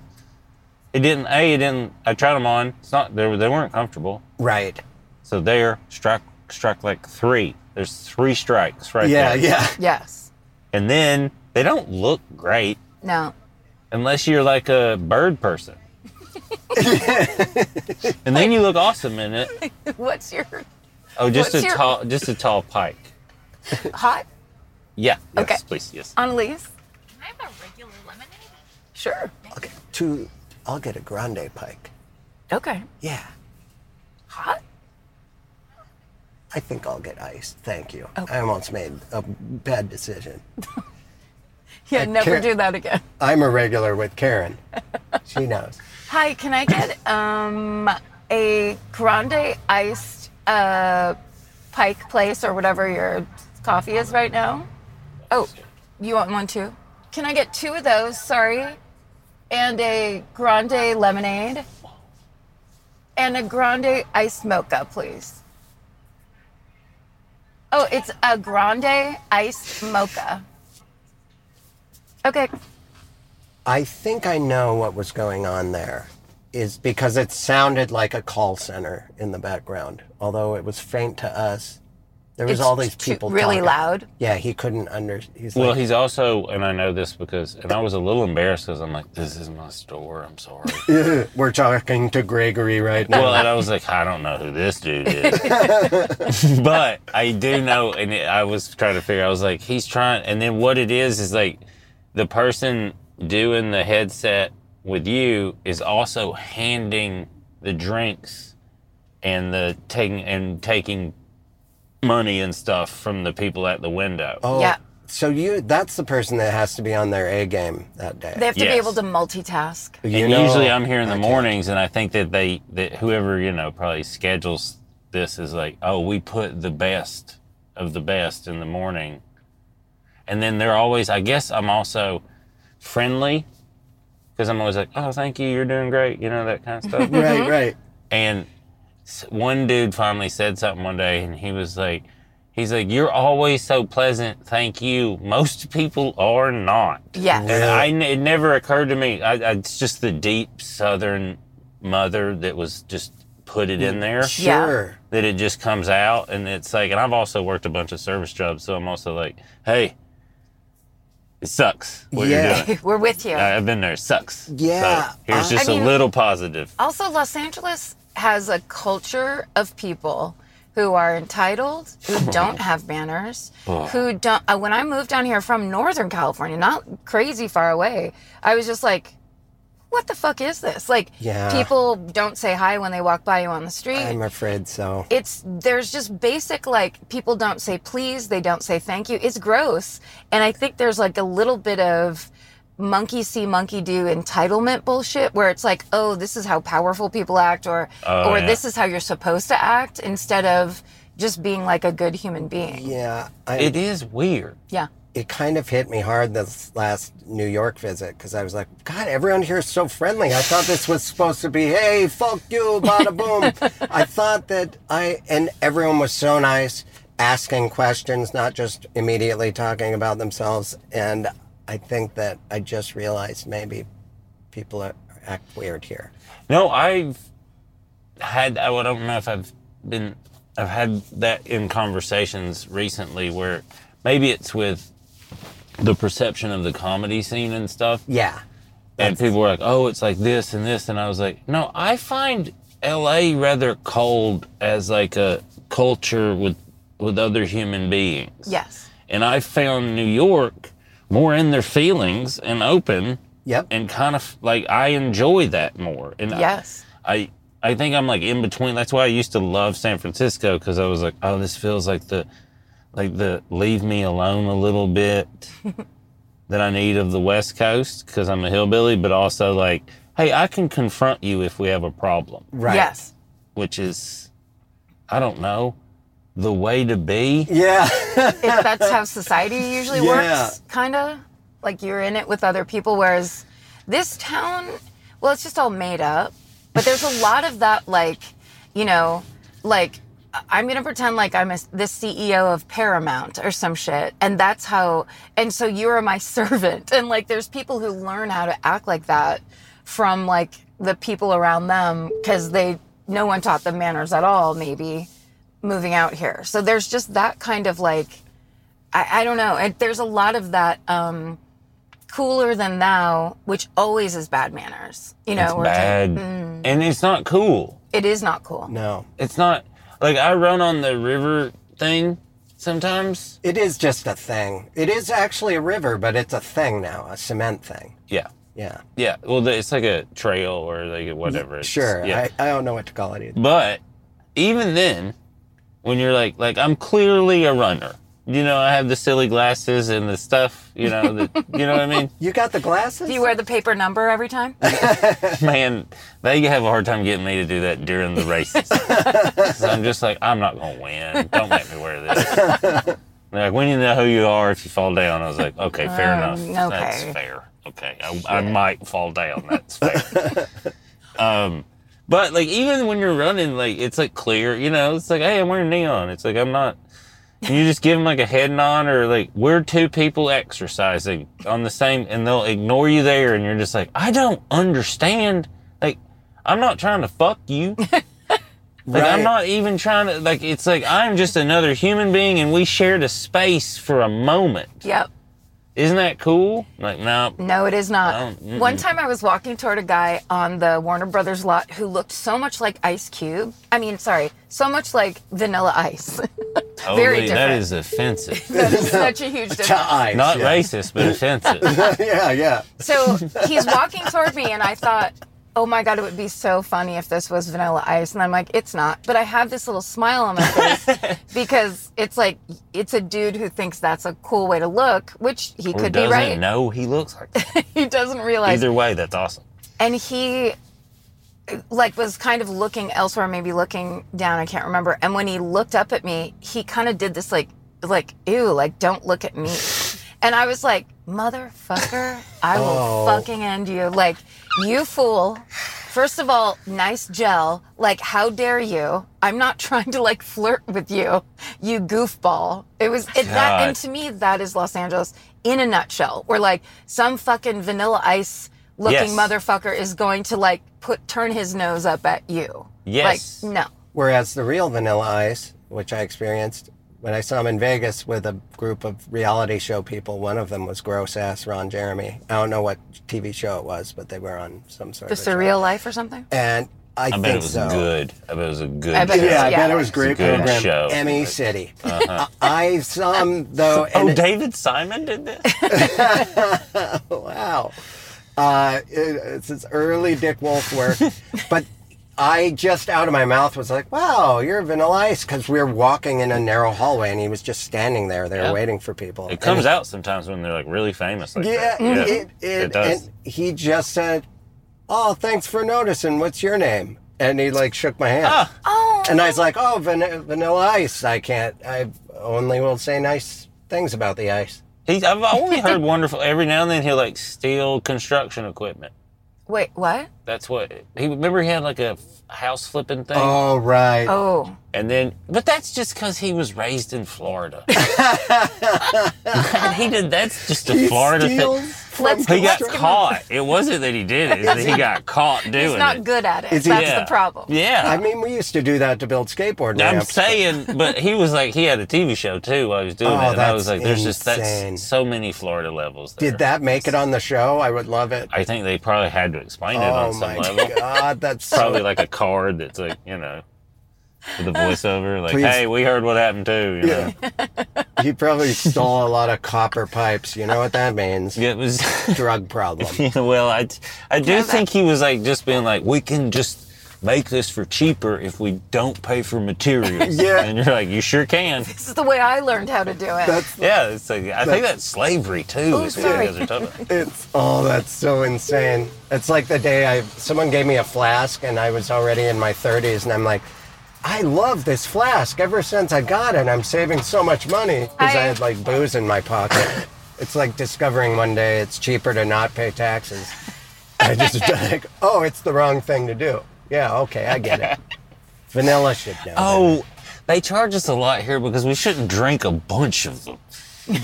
D: It didn't. A. It didn't. I tried them on. It's not. They, were- they weren't comfortable.
B: Right.
D: So there, struck struck like three. There's three strikes right
B: yeah,
D: there.
B: yeah.
C: Yes.
D: And then they don't look great
C: No.
D: unless you're like a bird person. and then you look awesome in it.
C: What's your
D: Oh, just
C: What's
D: a
C: your-
D: tall, just a tall pike.
C: hot
D: Yeah. Yes,
C: Okay.
D: Please. Yes.
C: Annalise?
E: Can I have a regular lemonade?
C: Sure.
B: I'll get two, I'll get a grande pike.
C: Okay.
B: Yeah.
C: Hot?
B: I think I'll get iced. Thank you. I almost made a bad decision.
C: Yeah, never
B: can't-
C: do that again.
B: I'm a regular with Karen. she knows.
C: Hi, can I get um a grande iced uh Pike Place or whatever your coffee is right now? Oh, you want one too? Can I get two of those? Sorry, and a grande lemonade and a grande iced mocha, please. Oh, it's a grande iced mocha. Okay.
B: I think I know what was going on there is because it sounded like a call center in the background. Although it was faint to us, there was
C: It's
B: all these
C: too-
B: people
C: really
B: talking.
C: loud.
B: Yeah, he couldn't under. He's
D: Well,
B: like,
D: he's also, and I know this because, and I was a little embarrassed because I'm like, this is my store. I'm sorry.
B: "Ugh, we're talking to Gregory right now.
D: well, and I was like, I don't know who this dude is, but I do know, and it, I was trying to figure. I was like, he's trying, and then what it is is like, the person doing the headset with you is also handing the drinks and the taking and taking money and stuff from the people at the window.
B: oh,
C: Yeah.
B: So you—that's the person that has to be on their A game that day.
C: They have to be
D: Yes.
C: able to multitask.
B: You
D: And
B: know,
D: usually I'm here in the
B: I can't-
D: mornings, and I think that they that whoever you know probably schedules this is like, oh, we put the best of the best in the morning, and then they're always. I guess I'm also friendly because I'm always like, oh, thank you, you're doing great, you know that kind of stuff.
C: Mm-hmm.
B: Right, right.
D: And s- one dude finally said something one day, and he was like, he's like, you're always so pleasant. Thank you. Most people are not.
C: Yes.
D: And
B: Yeah.
D: I, n- it never occurred to me. I, I, it's just the deep Southern mother that was just put it
B: Mm.
D: in there.
C: Yeah.
B: Sure.
D: That it just comes out, and it's like, and I've also worked a bunch of service jobs, so I'm also like, hey, it sucks what
B: Yeah.
D: you're doing.
C: We're with you.
D: I- I've been there. It sucks.
B: Yeah.
D: So here's
B: I-
D: just
C: I
D: a
C: mean-
D: little positive.
C: also, Los Angeles has a culture of people who are entitled, who don't have manners, who don't. Uh, when I moved down here from Northern California, not crazy far away, I was just like, what the fuck is this? Like,
B: Yeah.
C: people don't say hi when they walk by you on the street.
B: I'm afraid so.
C: it's there's just basic like people don't say please they don't say thank you it's gross and i think there's like a little bit of monkey see monkey do entitlement bullshit where it's like oh this is how powerful people act or
D: Oh,
C: or
D: yeah.
C: this is how you're supposed to act instead of just being like a good human being
B: Yeah. I,
D: It is weird.
C: yeah
B: it kind of hit me hard this last New York visit because I was like, God, everyone here is so friendly. I thought this was supposed to be, hey, fuck you, bada boom. I thought that I, and everyone was so nice. asking questions, not just immediately talking about themselves. And I think that I just realized maybe people are, act weird here.
D: No, I've had. I don't know if I've been. I've had that in conversations recently where maybe it's with the perception of the comedy scene and stuff.
B: Yeah.
D: and people were like, "Oh, it's like this and this," and I was like, "No, I find L.A. rather cold as like a culture with with other human beings."
C: Yes.
D: and I found New York more in their feelings and open,
B: Yep.
D: and kind of like I enjoy that more. And I-
C: Yes.
D: I I think I'm like in between. That's why I used to love San Francisco because I was like, oh, this feels like the like the leave me alone a little bit that I need of the West Coast because I'm a hillbilly, but also like, hey, I can confront you if we have a problem,
B: right.
C: Yes.
D: which is I don't know the way to be.
B: Yeah.
C: It, that's how society usually
B: Yeah.
C: works, kind of. Like you're in it with other people, whereas this town, well, it's just all made up. But there's a lot of that, like, you know, like I- I'm gonna pretend like I'm a, the CEO of Paramount or some shit, and that's how. And so you are my servant, and like there's people who learn how to act like that from like the people around them because they no one taught them manners at all, maybe moving out here. So there's just that kind of like, I, I don't know. And there's a lot of that um, cooler than thou, which always is bad manners. You know,
D: It's
C: where it's like,
D: bad, and it's not cool.
C: it is not cool.
B: no.
D: It's not like I run on the river thing sometimes.
B: It is just a thing. It is actually a river, but it's a thing now, a cement thing.
D: Yeah.
B: Yeah.
D: Yeah, well, the- it's like a trail or like a whatever. It's,
B: Sure.
D: Yeah.
B: I, I don't know what to call it either.
D: but even then, when you're like, like I'm clearly a runner. You know, I have the silly glasses and the stuff. You know, the, you know what I mean?
B: You got the glasses?
C: Do you wear the paper number every time?
D: Man, they have a hard time getting me to do that during the races. 'Cause I'm just like, I'm not gonna win. Don't make me wear this. They're like, when you know who you are if you fall down. I was like, okay, fair enough.
C: Um,
D: That's
C: okay.
D: fair. Okay, I, I might fall down. That's fair. um, but like even when you're running, like it's like clear. You know, it's like, hey, I'm wearing neon. It's like I'm not. And you just give them like a head nod or like we're two people exercising on the same, and they'll ignore you there, and you're just like, I don't understand. Like, I'm not trying to fuck you. Like
B: Right.
D: I'm not even trying to like it's like I'm just another human being and we shared a space for a moment.
C: yep.
D: Isn't that cool? Like no.
C: No, it is not.
D: Oh, mm-mm.
C: One time I was walking toward a guy on the Warner Brothers lot who looked so much like Ice Cube. I mean, sorry, so much like Vanilla Ice.
D: Totally,
C: very
D: that
C: different.
D: is offensive.
C: that is such a huge
B: To
C: difference.
B: ice.
D: Not
B: yeah.
D: racist, but offensive.
B: yeah, yeah.
C: So he's walking toward me, and I thought, oh my God, it would be so funny if this was Vanilla Ice. And I'm like, it's not. But I have this little smile on my face because it's like, it's a dude who thinks that's a cool way to look, which he
D: Or
C: could be
D: doesn't
C: right.
D: know he looks like that.
C: He doesn't realize.
D: Either way, that's awesome.
C: and he like was kind of looking elsewhere maybe looking down i can't remember and when he looked up at me he kind of did this like like ew like don't look at me and i was like motherfucker i will
B: Oh.
C: fucking end you like you fool first of all nice gel like how dare you i'm not trying to like flirt with you you goofball it was it, that
D: God.
C: and to me that is los angeles in a nutshell where like some fucking vanilla ice looking
D: Yes.
C: motherfucker is going to like put turn his nose up at you.
D: Yes.
C: Like no.
B: Whereas the real Vanilla Ice, which I experienced when I saw him in Vegas with a group of reality show people, one of them was gross ass Ron Jeremy. I don't know what TV show it was, but they were on some sort
C: The
B: of a show.
C: surreal life or something?
B: And I,
D: I
B: think
D: bet it was
B: so.
D: good. I bet it was a good
C: I bet it
D: show.
C: was-
B: Yeah, I
C: Yeah.
B: bet it was a great
D: It's a good
B: program.
D: show. Uh-huh.
B: Emmy City. I I saw him though.
D: Oh,
B: and it-
D: David Simon did this?
B: wow. Uh, it, it's his early Dick Wolf work. but I just out of my mouth was like, wow, you're Vanilla Ice. Because we were walking in a narrow hallway and he was just standing there. They were
D: Yeah.
B: waiting for people.
D: It comes out sometimes when they're like really famous. Like
B: Yeah,
D: that. yeah
B: it, it,
D: does.
B: And he just said, oh, thanks for noticing. What's your name? And he like shook my hand.
D: Ah.
C: Oh
B: And I was like, oh, van- Vanilla Ice. I can't. I only will say nice things about the ice.
D: He's, I've only heard wonderful. Every now and then he'll like steal construction equipment.
C: Wait, what?
D: That's what he remember. He had like a f- house flipping thing,
B: Oh, right.
C: Oh,
D: and then but that's just because he was raised in Florida. and he did. That's just a Florida thing.
C: Let's-
D: He got
C: Let's give him-
D: caught. It wasn't that he did it; it's that he got caught doing
C: he's not
D: it.
C: good at it.
B: Is he-
C: That's
D: Yeah.
C: the problem.
B: I
D: Yeah.
B: mean, we used to do that to build skateboard
D: I'm
B: ramps.
D: saying, but he was like, he had a TV show too while he was doing
B: Oh,
D: it. And I was
B: that's
D: like, there's just
B: insane.
D: that's so many Florida levels. There.
B: Did that make it on the show? I would love it.
D: I think they probably had to explain it
B: oh
D: on some
B: my
D: level.
B: god, that's so
D: Probably like a card that's like, you know, with a voiceover, like,
B: Please.
D: hey, we heard what happened too. You know?
B: He probably stole a lot of copper pipes. You know what that means?
D: Yeah, It was,
B: Drug problem.
D: well, I, I do think he was like, just being like, we can just make this for cheaper if we don't pay for materials.
B: Yeah.
D: And you're like, you sure can.
C: This is the way I learned how to do it.
B: That's
D: Yeah, it's like, I think that's slavery too.
B: Oh,
D: is what you
C: sorry.
D: guys are talking about.
B: it's oh, that's so insane. It's like the day I someone gave me a flask and I was already in my 30s and I'm like, I love this flask ever since I got it. I'm saving so much money because I,
C: I-
B: had like booze in my pocket. it's like discovering one day it's cheaper to not pay taxes. I just like, oh, it's the wrong thing to do. Yeah, okay, I get it. Vanilla should know.
D: Oh, they charge us a lot here because we shouldn't drink a bunch of them.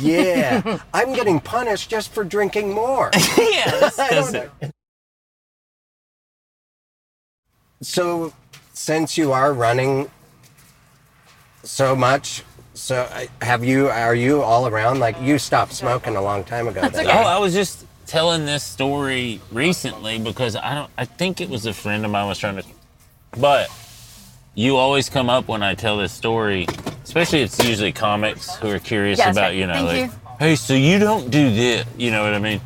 B: Yeah, I'm getting punished just for drinking more.
D: yeah, this
B: I don't
D: doesn't-
B: know. So, since you are running so much, so I- have you? Are you all around? Like you stopped smoking a long time ago. then.
D: Oh, I was just telling this story recently because I don't. I think it was a friend of mine was trying to. But you always come up when I tell this story. Especially, it's usually comics who are curious
C: Yeah, that's
D: about
C: right.
D: you know,
C: Thank
D: like,
C: you.
D: hey, so you don't do this, you know what I mean?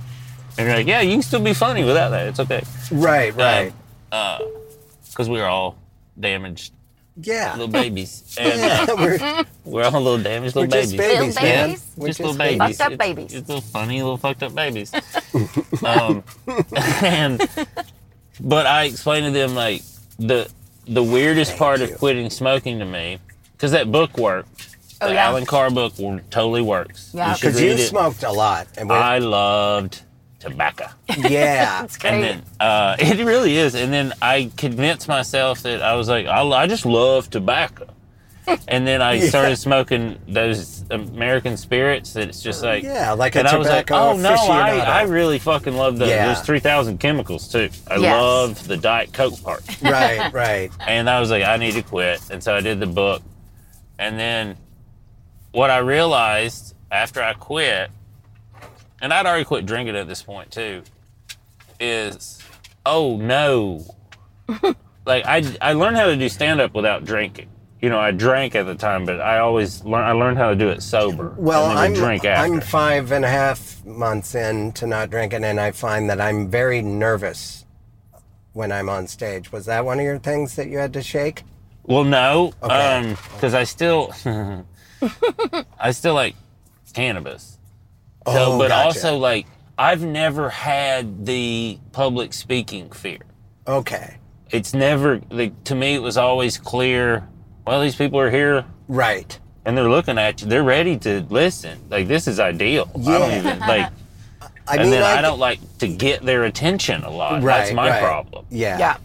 D: And you're like, yeah, you can still be funny without that. It's okay,
B: Right, right.
D: because we are all damaged
B: yeah,
D: little babies, and
B: yeah.
D: uh,
B: We're,
D: we're all little damaged
B: we're
D: little
B: just
D: babies.
B: babies,
C: Little
B: man.
C: babies?
B: We're
D: just little
B: babies.
D: babies.
C: Fucked up
D: It's-
C: babies.
D: It's, little funny little fucked up babies. um, and but I explained to them like the the weirdest part
B: you.
D: of quitting smoking to me because that book worked.
C: Oh,
D: the
C: yeah.
D: Alan Carr book w- totally works.
C: Yeah.
D: should
B: Because you
D: read it.
B: smoked a lot, and we're,
D: I loved tobacco.
B: yeah,
C: It's
D: And
C: great.
D: then uh, it really is. And then I convinced myself that I was like, I, I just love tobacco. And then I
B: Yeah.
D: started smoking those American spirits that it's just like,
B: yeah, like a
D: and I was like,
B: tobacco
D: oh no, I, I
B: aficionado.
D: really fucking love those.
B: Yeah.
D: There's 3,000 chemicals too. I
C: Yes.
D: love the Diet Coke part.
B: right, right.
D: and I was like, I need to quit. And so I did the book. And then what I realized after I quit, and I'd already quit drinking at this point too, is oh no. like I, I learned how to do stand up without drinking. You know, I drank at the time, but I always learn. I learned how to do it sober.
B: Well,
D: and then
B: I'm
D: would drink after.
B: I'm five and a half months in to not drinking, and I find that I'm very nervous when I'm on stage. Was that one of your things that you had to shake?
D: Well, no,
B: Okay.
D: um, because I still, I still like cannabis. So,
B: Oh,
D: but
B: gotcha.
D: also like I've never had the public speaking fear.
B: Okay,
D: It's never like to me. It was always clear. Well, these people are here
B: right.
D: and they're looking at you. They're ready to listen. Like this is ideal. I don't
B: Yeah.
D: even like.
B: I
D: And
B: mean,
D: then I,
B: I
D: don't like to get their attention a lot.
B: Right,
D: That's my
B: right.
D: problem.
B: Yeah.
C: yeah.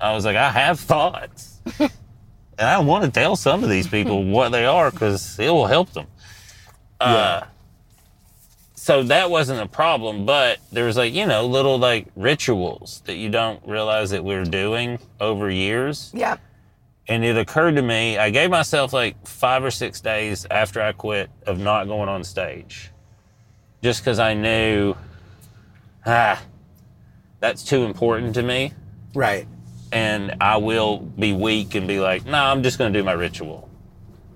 D: I was like, I have thoughts. and I want to tell some of these people what they are because it will help them. Uh, so that wasn't a problem, but there was like, you know, little like rituals that you don't realize that we're doing over years.
C: Yeah.
D: And it occurred to me, I gave myself like five or six days after I quit of not going on stage just because I knew, ah, that's too important to me
B: Right.
D: and I will be weak and be like, no, nah, I'm just going to do my ritual.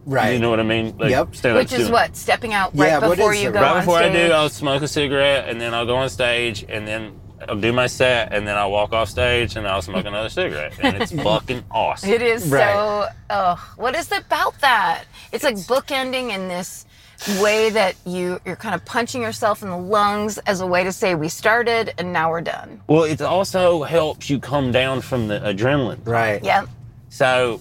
B: Right.
D: You know what I mean? Like,
B: Yep.
D: stand up
C: Which is
D: to-
C: what stepping out
B: Yeah,
C: right
B: what
C: before
B: is
C: you
B: it?
C: go
D: Right
C: on
D: before I
C: stage.
D: do, I'll smoke a cigarette and then I'll go on stage and then I'll do my set and then I'll walk off stage and I'll smoke another cigarette and it's fucking awesome.
C: It is so.
B: Right.
C: Oh, what is it about that? It's like bookending in this way that you you're kind of punching yourself in the lungs as a way to say we started and now we're done.
D: Well, it also helps you come down from the adrenaline.
B: Right.
C: Yeah.
D: So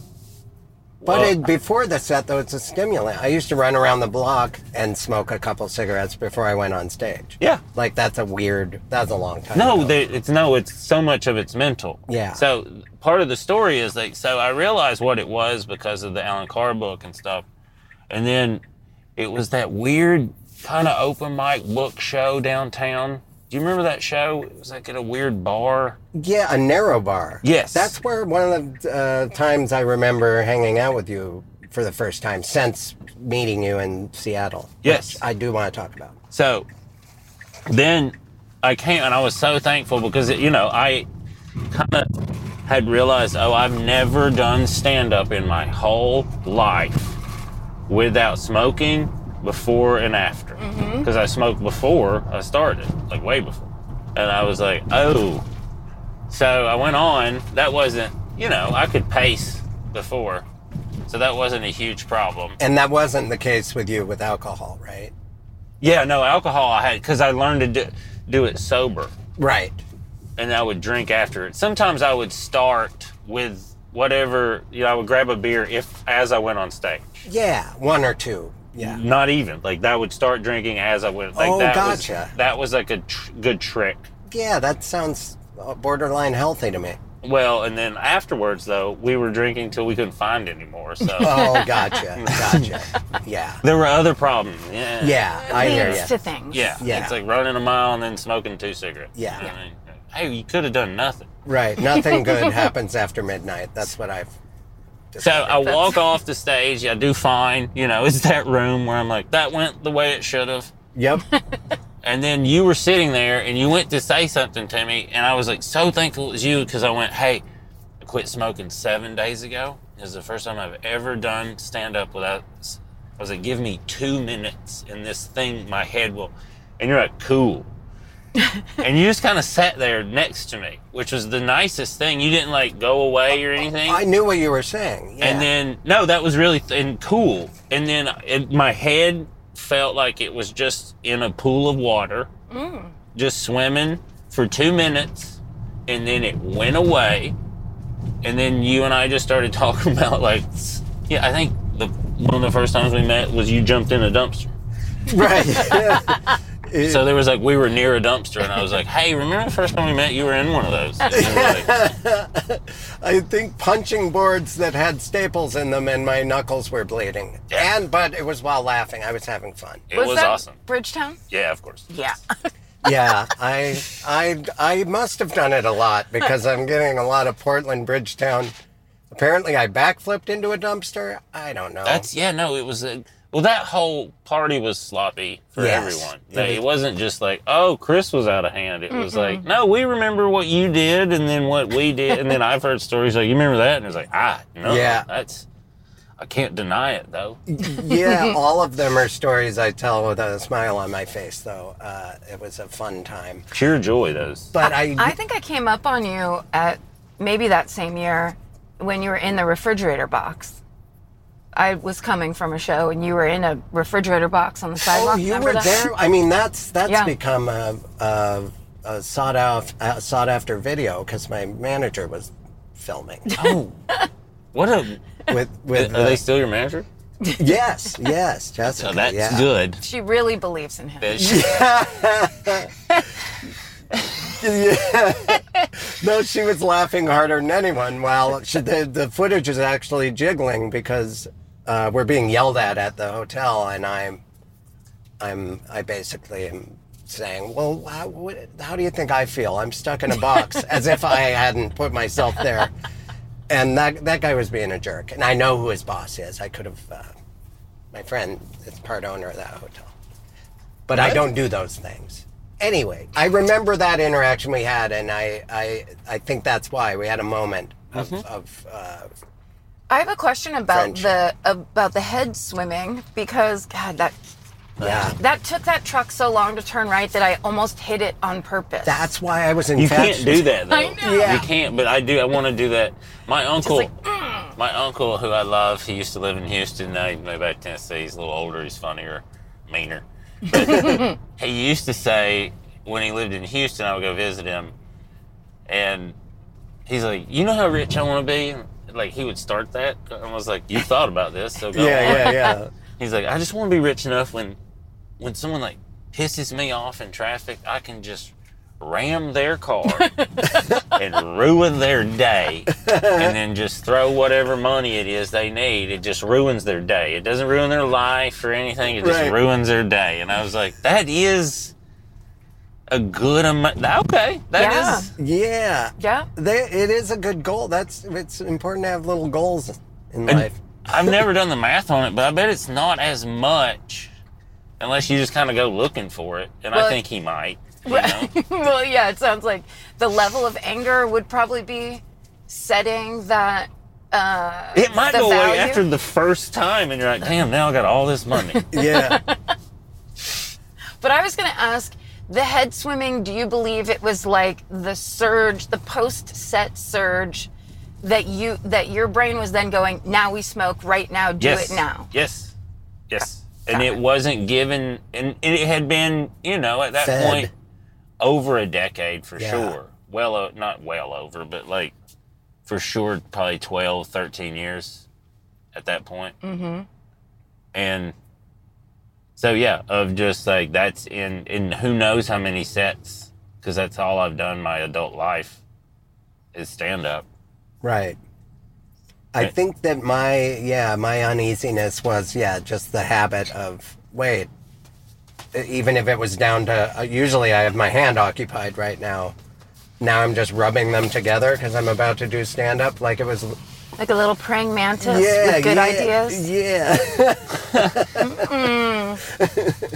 B: But
D: Well-
B: it, before the set, though, it's a stimulant. I used to run around the block and smoke a couple cigarettes before I went on stage.
D: Yeah.
B: Like, that's a weird, that's a long time.
D: No,
B: ago.
D: there, it's no, it's so much of it's mental.
B: Yeah.
D: So part of the story is like, so I realized what it was because of the Alan Carr book and stuff, and then it was that weird kind of open mic book show downtown. Do you remember that show? It was like at a weird bar.
B: Yeah, a narrow bar.
D: Yes.
B: That's where one of the uh, times I remember hanging out with you for the first time since meeting you in Seattle. which
D: Yes.
B: I do want to talk about.
D: So then I came and I was so thankful because, you know, I kind of had realized, oh, I've never done stand up in my whole life without smoking before and after. Because I smoked before I started, like way before. And I was like, oh. So I went on. That wasn't, you know, I could pace before. So that wasn't a huge problem.
B: And that wasn't the case with you with alcohol, right?
D: Yeah, no, alcohol I had because I learned to do, do it sober
B: Right.
D: and I would drink after it. Sometimes I would start with whatever, you know, I would grab a beer if as I went on stage.
B: Yeah, one or two. Yeah.
D: Not even. Like that would start drinking as I went. Like
B: Oh,
D: that
B: gotcha.
D: Was, that was like a tr- good trick.
B: Yeah, that sounds uh, borderline healthy to me.
D: Well, and then afterwards though, we were drinking till we couldn't find anymore. So
B: Oh, gotcha. Gotcha. Yeah.
D: there were other problems. Yeah.
B: Yeah, I hear
C: leads to
B: you.
C: things.
D: Yeah.
B: Yeah.
D: It's like running a mile and then smoking two cigarettes.
B: Yeah.
D: You know what I mean? Hey, you could have done nothing.
B: Right. Nothing good happens after midnight. That's what I've.
D: So I walk off the stage. I do fine. You know, it's that room where I'm like, that went the way it should have.
B: Yep.
D: And then you were sitting there and you went to say something to me. And I was like, so thankful it was you because I went, hey, I quit smoking seven days ago. It was the first time I've ever done stand up without. s- I was like, give me two minutes and this thing, my head will. And you're like, cool. and you just kind of sat there next to me, which was the nicest thing. You didn't like go away or anything.
B: I knew what you were saying. Yeah.
D: And then no, that was really th- and cool. And then it, my head felt like it was just in a pool of water, just swimming for two minutes, and then it went away. And then you and I just started talking about like, s- yeah, I think the one of the first times we met was you jumped in a dumpster.
B: Right. Yeah.
D: So there was like we were near a dumpster, and I was like, hey, remember the first time we met? You were in one of those. And you were like,
B: I think punching boards that had staples in them and my knuckles were bleeding. And but it was while laughing. I was having fun.
D: it was,
C: that
D: awesome.
C: Bridgetown?
D: Yeah, of course.
C: Yeah.
B: Yeah, I I I must have done it a lot because I'm getting a lot of Portland Bridgetown. Apparently I backflipped into a dumpster. I don't know.
D: That's yeah, no, it was a, well that whole party was sloppy for
B: Yes.
D: everyone. They- it wasn't just like, oh, Chris was out of hand. It was like, no, we remember what you did and then what we did and then I've heard stories like you remember that and it's like, ah, no.
B: Yeah.
D: That's I can't deny it though.
B: yeah, all of them are stories I tell with a smile on my face though. Uh, it was a fun time.
D: Pure joy those.
B: But I,
C: I think I came up on you at maybe that same year when you were in the refrigerator box. I was coming from a show and you were in a refrigerator box on the sidewalk.
B: Oh, you
C: Remember
B: were
C: that?
B: there. I mean, that's that's
C: Yeah.
B: become a, a, a sought out a sought after video because my manager was filming
D: Oh. What a
B: with with
D: are
B: uh,
D: they still your manager?
B: yes yes Jessica
D: Oh, that's
B: yeah.
D: good.
C: She really believes in him.
D: Bitch.
B: No, she was laughing harder than anyone. While she, the the footage is actually jiggling because uh, we're being yelled at at the hotel, and I'm I'm I basically am saying, well, how, what, how do you think I feel? I'm stuck in a box, as if I hadn't put myself there. And that that guy was being a jerk, and I know who his boss is. I could have. Uh, my friend is part owner of that hotel but I don't do those things. Anyway, I remember that interaction we had, and I, I, I think that's why we had a moment of,
D: Mm-hmm.
B: of uh,
C: I have a question about
B: French.
C: the about the head swimming because God that
B: yeah.
C: that took that truck so long to turn right that I almost hit it on purpose.
B: That's why I was in.
D: You can't do that though.
C: I know.
B: Yeah.
D: You can't, but I do. I want to do that. My uncle,
C: "Mm."
D: my uncle, who I love, he used to live in Houston. Now he moved back to Tennessee. He's a little older. He's funnier, meaner. But he used to say when he lived in Houston, I would go visit him, and he's like, "You know how rich I want to be." like he would start that. I was like, you thought about this, so go on.
B: Yeah, yeah, yeah.
D: He's like, I just want to be rich enough when, when someone like pisses me off in traffic, I can just ram their car and ruin their day, and then just throw whatever money it is they need. It just ruins their day. It doesn't ruin their life or anything. It just
B: Right.
D: ruins their day. And I was like, that is a good amount. Okay, that is.
C: Yeah.
B: yeah.
C: Yeah.
B: They, it is a good goal. That's it's important to have little goals in life.
D: I've never done the math on it, but I bet it's not as much unless you just kind of go looking for it. And I
C: Well-
D: think he might. You know?
C: well, yeah, it sounds like the level of anger would probably be setting that. Uh,
D: It might
C: the
D: go away
C: value.
D: after the first time, and you're like, damn, now I got all this money.
B: Yeah.
C: But I was going to ask the head swimming, do you believe it was like the surge, the post set surge? That you that your brain was then going. Now we smoke right now. Do
D: yes.
C: it now.
D: Yes. Yes.
C: Got
D: And it
C: it.
D: wasn't given, and it had been, you know, at that
B: Fed.
D: point, over a decade for
B: Yeah.
D: sure. Well, o- not well over, but like for sure, probably 12, 13 years at that point.
C: Mm-hmm.
D: and so yeah of just like that's in in who knows how many sets because that's all i've done my adult life is stand up
B: Right. I
D: Right.
B: think that my yeah my uneasiness was yeah just the habit of wait, even if it was down to uh, usually I have my hand occupied right now. Now I'm just rubbing them together because I'm about to do stand up. Like it was
C: Like a little praying mantis
B: yeah
C: with good
B: yeah,
C: ideas.
B: Yeah,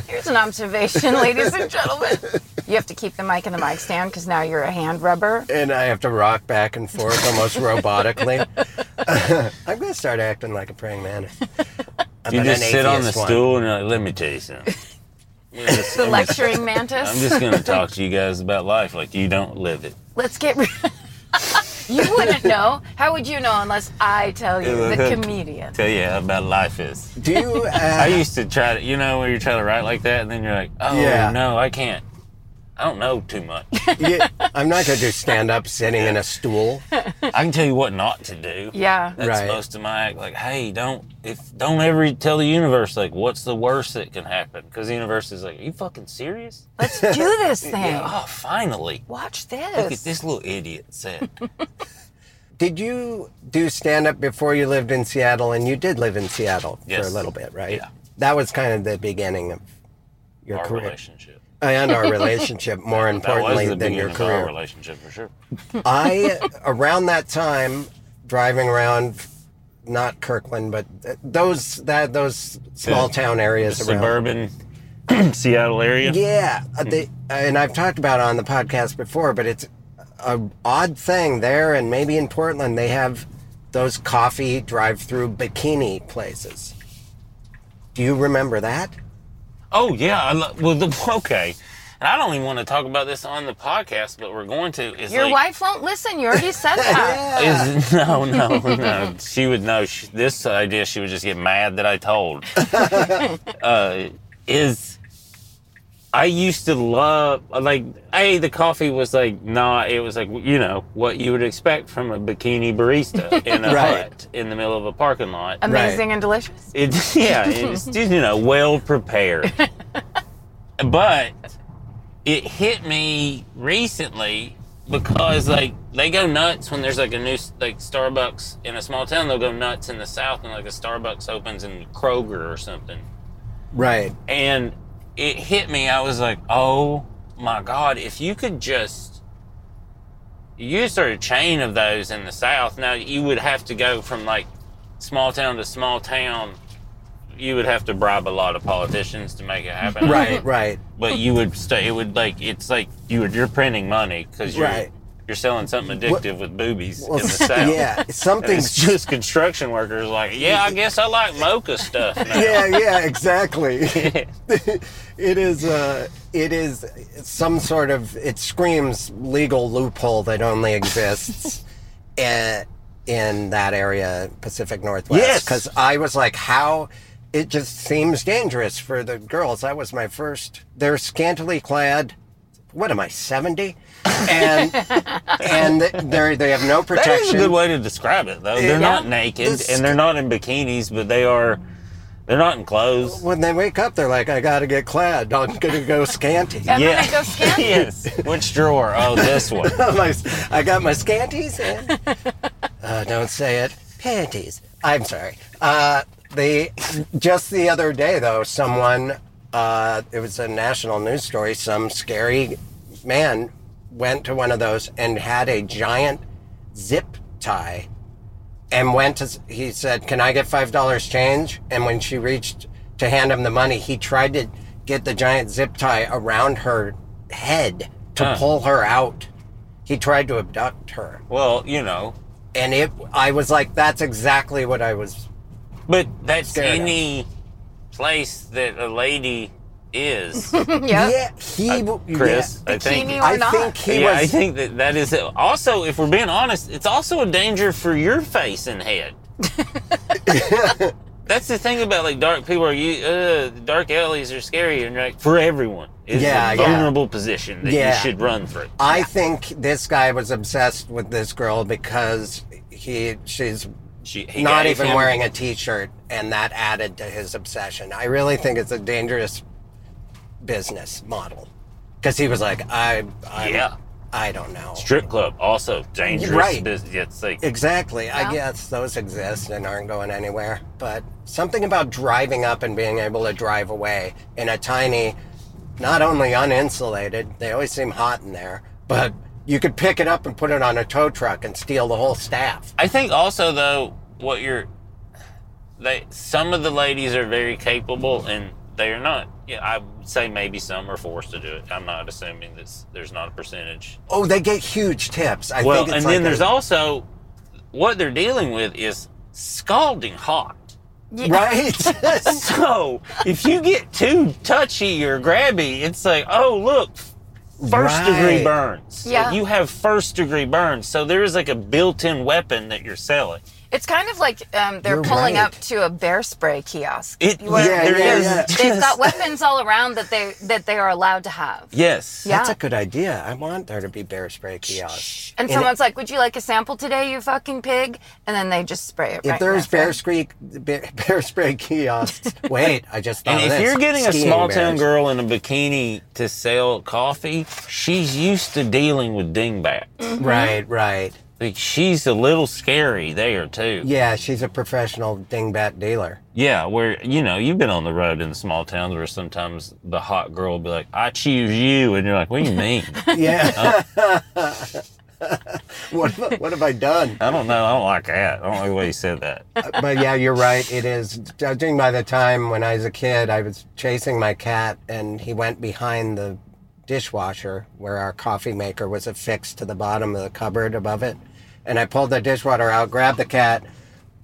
C: Here's an observation, ladies and gentlemen. You have to keep the mic in the mic stand because now you're a hand rubber.
B: and I have to rock back and forth almost robotically. I'm gonna start acting like a praying mantis.
D: you
B: But
D: just
B: an
D: sit on the
B: atheist one.
D: stool and you're like let me tell you something I'm just-
C: The
D: I'm just-
C: lecturing mantis.
D: i'm just gonna talk to you guys about life like you don't live it
C: Let's get. rid you wouldn't know. How would you know unless I tell you, the comedian?
D: tell you how about life is
B: Do you?
D: i
B: Uh,
D: used to try to you know where you're trying to write like that and then you're like oh
B: Yeah.
D: no i can't i don't know too much
B: you, I'm not gonna do stand up sitting in a stool.
D: i can tell you what not to do
C: Yeah.
D: That's
B: Right.
D: most of my act. Like, hey, don't if don't ever tell the universe like what's the worst that can happen because the universe is like, are you fucking serious?
C: Let's do this thing.
D: Oh, finally!
C: Watch
D: Look at
C: this.
D: this little idiot said.
B: Did you do stand up before you lived in Seattle? And you did live in Seattle for
D: Yes.
B: a little bit, right?
D: Yeah.
B: That was kind of the beginning of your
D: our
B: career Uh,
D: relationship.
B: and our relationship, more
D: That was
B: importantly
D: the
B: than your
D: beginning of our
B: career.
D: relationship for sure.
B: I around that time driving around, not Kirkland, but th- those that those small town areas around.
D: Suburban Seattle area.
B: Yeah, uh, they, and I've talked about it on the podcast before, but it's a odd thing there, and maybe in Portland they have those coffee drive-through bikini places. Do you remember that?
D: Oh yeah. I lo- well, the, okay. And I don't even want to talk about this on the podcast, but we're going to. Is
C: Your
D: like,
C: wife won't listen. You already said that.
D: Is, no, no, no. She would know. She, this idea, she would just get mad that I told. uh, is I used to love like a the coffee was like not. It was like you know what you would expect from a bikini barista in a
B: Right.
D: hut in the middle of a parking lot.
C: Amazing and delicious.
D: It's yeah, it's just, you know, well prepared. but it hit me recently because like they go nuts when there's like a new like Starbucks in a small town. They'll go nuts in the south when like a Starbucks opens in Kroger or something.
B: Right.
D: And it hit me. I was like, oh my god, if you could just you start a chain of those in the south. Now you would have to go from like small town to small town. You would have to bribe a lot of politicians to make it happen.
B: Right. Right.
D: But you would stay. It would like it's like you would you're printing money because you're
B: Right.
D: you're selling something addictive with boobies in the south.
B: yeah.
D: And it's
B: Something's
D: just construction workers like, yeah, I guess I like mocha stuff. Now.
B: yeah, yeah, exactly. it is uh it is some sort of it screams legal loophole that only exists in, in that area, Pacific Northwest.
D: Yes.
B: Cuz I was like how it just seems dangerous for the girls. That was my first. They're scantily clad what am I, 70? And and they they have no
D: That is a
B: protection.
D: good way to describe it, though. They're not naked
B: This-
D: and they're not in bikinis, but they are. They're not in clothes.
B: when they wake up, they're like, I gotta get clad. I'm gonna go scanty.
C: I'm gonna go scan.
D: yes. Which drawer? Oh, this one.
B: My- I got my scanties in. Uh, don't say it. Panties. I'm sorry. Uh, the just the other day though, someone uh, it was a national news story. Some scary man went to one of those and had a giant zip tie, and went to. He said, "Can I get five dollars change?" And when she reached to hand him the money, he tried to get the giant zip tie around her head to
D: Huh.
B: pull her out. He tried to abduct her
D: Well, you know,
B: and it i was like that's exactly what i was
D: but that's
B: Scared of.
D: any place that a lady is.
C: Yep.
B: yeah he w-
D: Uh, Chris,
B: yeah.
D: I think.
C: Bikini
B: i
C: Or not.
B: think he
D: yeah, I
B: was
D: think that that is also. If we're being honest, it's also a danger for your face and head. That's the thing about like dark people are you uh, dark alleys are scary and like for everyone. It's
B: Yeah,
D: a
B: yeah.
D: vulnerable position that
B: Yeah.
D: you should run through.
B: i think this guy was obsessed with this girl because he she's
D: She, he
B: not
D: gave
B: even
D: him-
B: wearing a t-shirt and that added to his obsession i really think it's a dangerous business model because he was like i i
D: Yeah.
B: i don't know
D: strip club also dangerous
B: Right.
D: business. Yeah, It's like
B: Exactly. I
C: Yeah.
B: guess those exist and aren't going anywhere. But something about driving up and being able to drive away in a tiny, not only uninsulated, they always seem hot in there, but you could pick it up and put it on a tow truck and steal the whole staff.
D: I think also though what you're they some of the ladies are very capable and they're not yeah, I would say maybe some are forced to do it. I'm not assuming that there's not a percentage.
B: Oh, they get huge tips. I
D: well,
B: think it's
D: and
B: like
D: then
B: a-
D: there's also what they're dealing with is scalding hot.
B: right.
D: So if you get too touchy or grabby, it's like, oh look, first
B: Right.
D: degree burns. Like,
C: Yeah.
D: you have first degree burns. So there is like a built-in weapon that you're selling.
C: It's kind of like um, they're
B: You're
C: pulling
B: right.
C: up to a bear spray kiosk.
D: It
C: You wanna-
B: Yeah,
D: there
B: yeah,
D: is
B: yeah.
D: just-
C: They've got weapons all around that they that they are allowed to have.
D: Yes.
C: Yeah.
B: That's a good idea. I want there to be bear spray kiosks.
C: And someone's like, "Would you like a sample today, you fucking pig?" And then they just spray it.
B: If
C: right
B: there's
C: in their
B: bear spray, bear, bear spray kiosks, wait, I just thought
D: And
B: of
D: if
B: this.
D: you're getting a
B: Skiing
D: small town
B: bears.
D: girl in a bikini to sell coffee, she's used to dealing with dingbats.
B: Mm. right, right.
D: Like she's a little scary there too.
B: Yeah, she's a professional dingbat dealer.
D: Yeah, where you know you've been on the road in small towns where sometimes the hot girl will be like, "I choose you," and you're like, "What do you mean?
B: Yeah.
D: Oh.
B: what, have I- what have I done?
D: I don't know. I don't like that. I don't like the way you said that."
B: But yeah, you're right. It is. Judging by the time when I was a kid, I was chasing my cat and he went behind the dishwasher where our coffee maker was affixed to the bottom of the cupboard above it. And I pulled the dishwater out, grabbed the cat,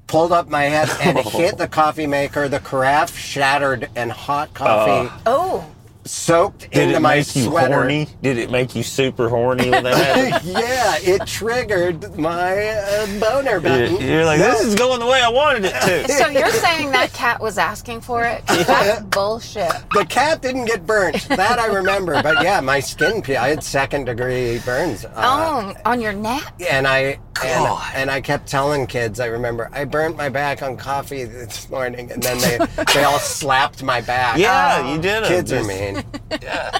B: pulled up my head, and hit the coffee maker. The carafe shattered and hot coffee
C: face. Oh,
B: soaked
D: Did
B: into
D: it
B: my
D: make you
B: sweater.
D: horny? Did it make you super horny when that happened?
B: yeah, it triggered my uh, boner button.
D: You're like, this is going the way I wanted it to.
C: so you're saying that cat was asking for it? That's bullshit.
B: The cat didn't get burnt. That I remember. But yeah, my skin, pe- I had second degree burns. Uh,
C: Oh, on your neck.
B: And I and,
D: God.
B: and I kept telling kids. I remember I burnt my back on coffee this morning, and then they they all slapped my back.
D: Yeah, you did. it.
B: Ah, kids are
D: Just-
B: mean.
D: Yeah,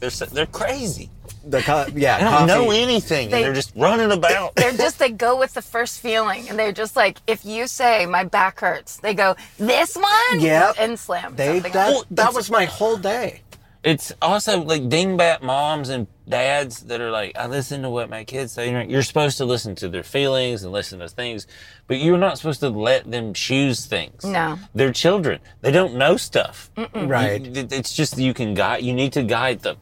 D: they're so- they're crazy.
B: The co- yeah,
D: They
B: coffee.
D: don't know anything.
C: They-
D: and they're just running about.
C: They're just they go with the first feeling, and they're just like, if you say my back hurts, they go this one.
B: Yep.
C: and slam.
B: they
C: something
B: that,
C: on it.
D: Well,
B: that was my whole day.
D: It's also like dingbat moms and dads that are like, I listen to what my kids say. You're, you're supposed to listen to their feelings and listen to things, but you're not supposed to let them choose things.
C: No.
D: They're children. They don't know stuff.
B: Right.
D: You- it- it's just you can guide. You need to guide them.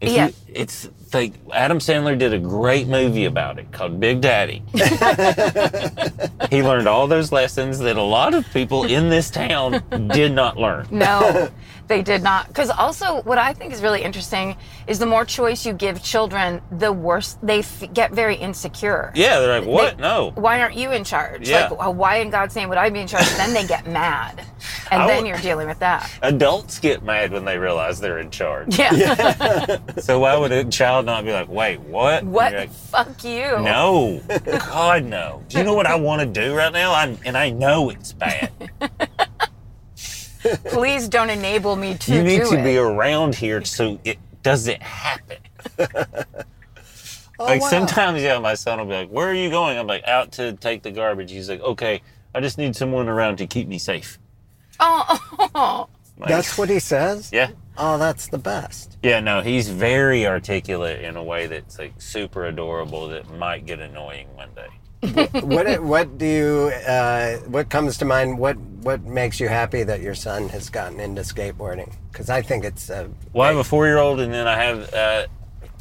D: If
C: Yeah.
D: You, it's like Adam Sandler did a great movie about it called Big Daddy. he learned all those lessons that a lot of people in this town did not learn.
C: No, they did not. Because also, what I think is really interesting is the more choice you give children, the worse they f- get very insecure.
D: Yeah, they're like, what? no.
C: Why aren't you in charge?
D: Yeah.
C: Like, why in God's name would I be in charge? then they get mad. and
D: I
C: then
D: will-
C: you're dealing with that.
D: Adults get mad when they realize they're in charge.
C: Yeah.
D: So why would a child not be like, wait, what? And
C: What?
D: you're like,
C: Fuck you.
D: no, God, no. Do you know what I want to do right now? I'm, and I know it's bad.
C: Please don't enable me to
D: You need
C: do
D: to
C: it.
D: be around here so it doesn't happen.
B: Oh,
D: like
B: wow.
D: sometimes, yeah, my son will be like, "Where are you going?" I'm like, "Out to take the garbage." He's like, "Okay, I just need someone around to keep me safe."
C: oh,
D: Like,
B: That's what he says?
D: Yeah,
B: Oh, that's the best.
D: yeah. No, he's very articulate in a way that's like super adorable. That might get annoying one day.
B: what what do you uh, what comes to mind? What what makes you happy that your son has gotten into skateboarding? Because I think it's uh,
D: Well, I have a four-year-old, and then I have uh,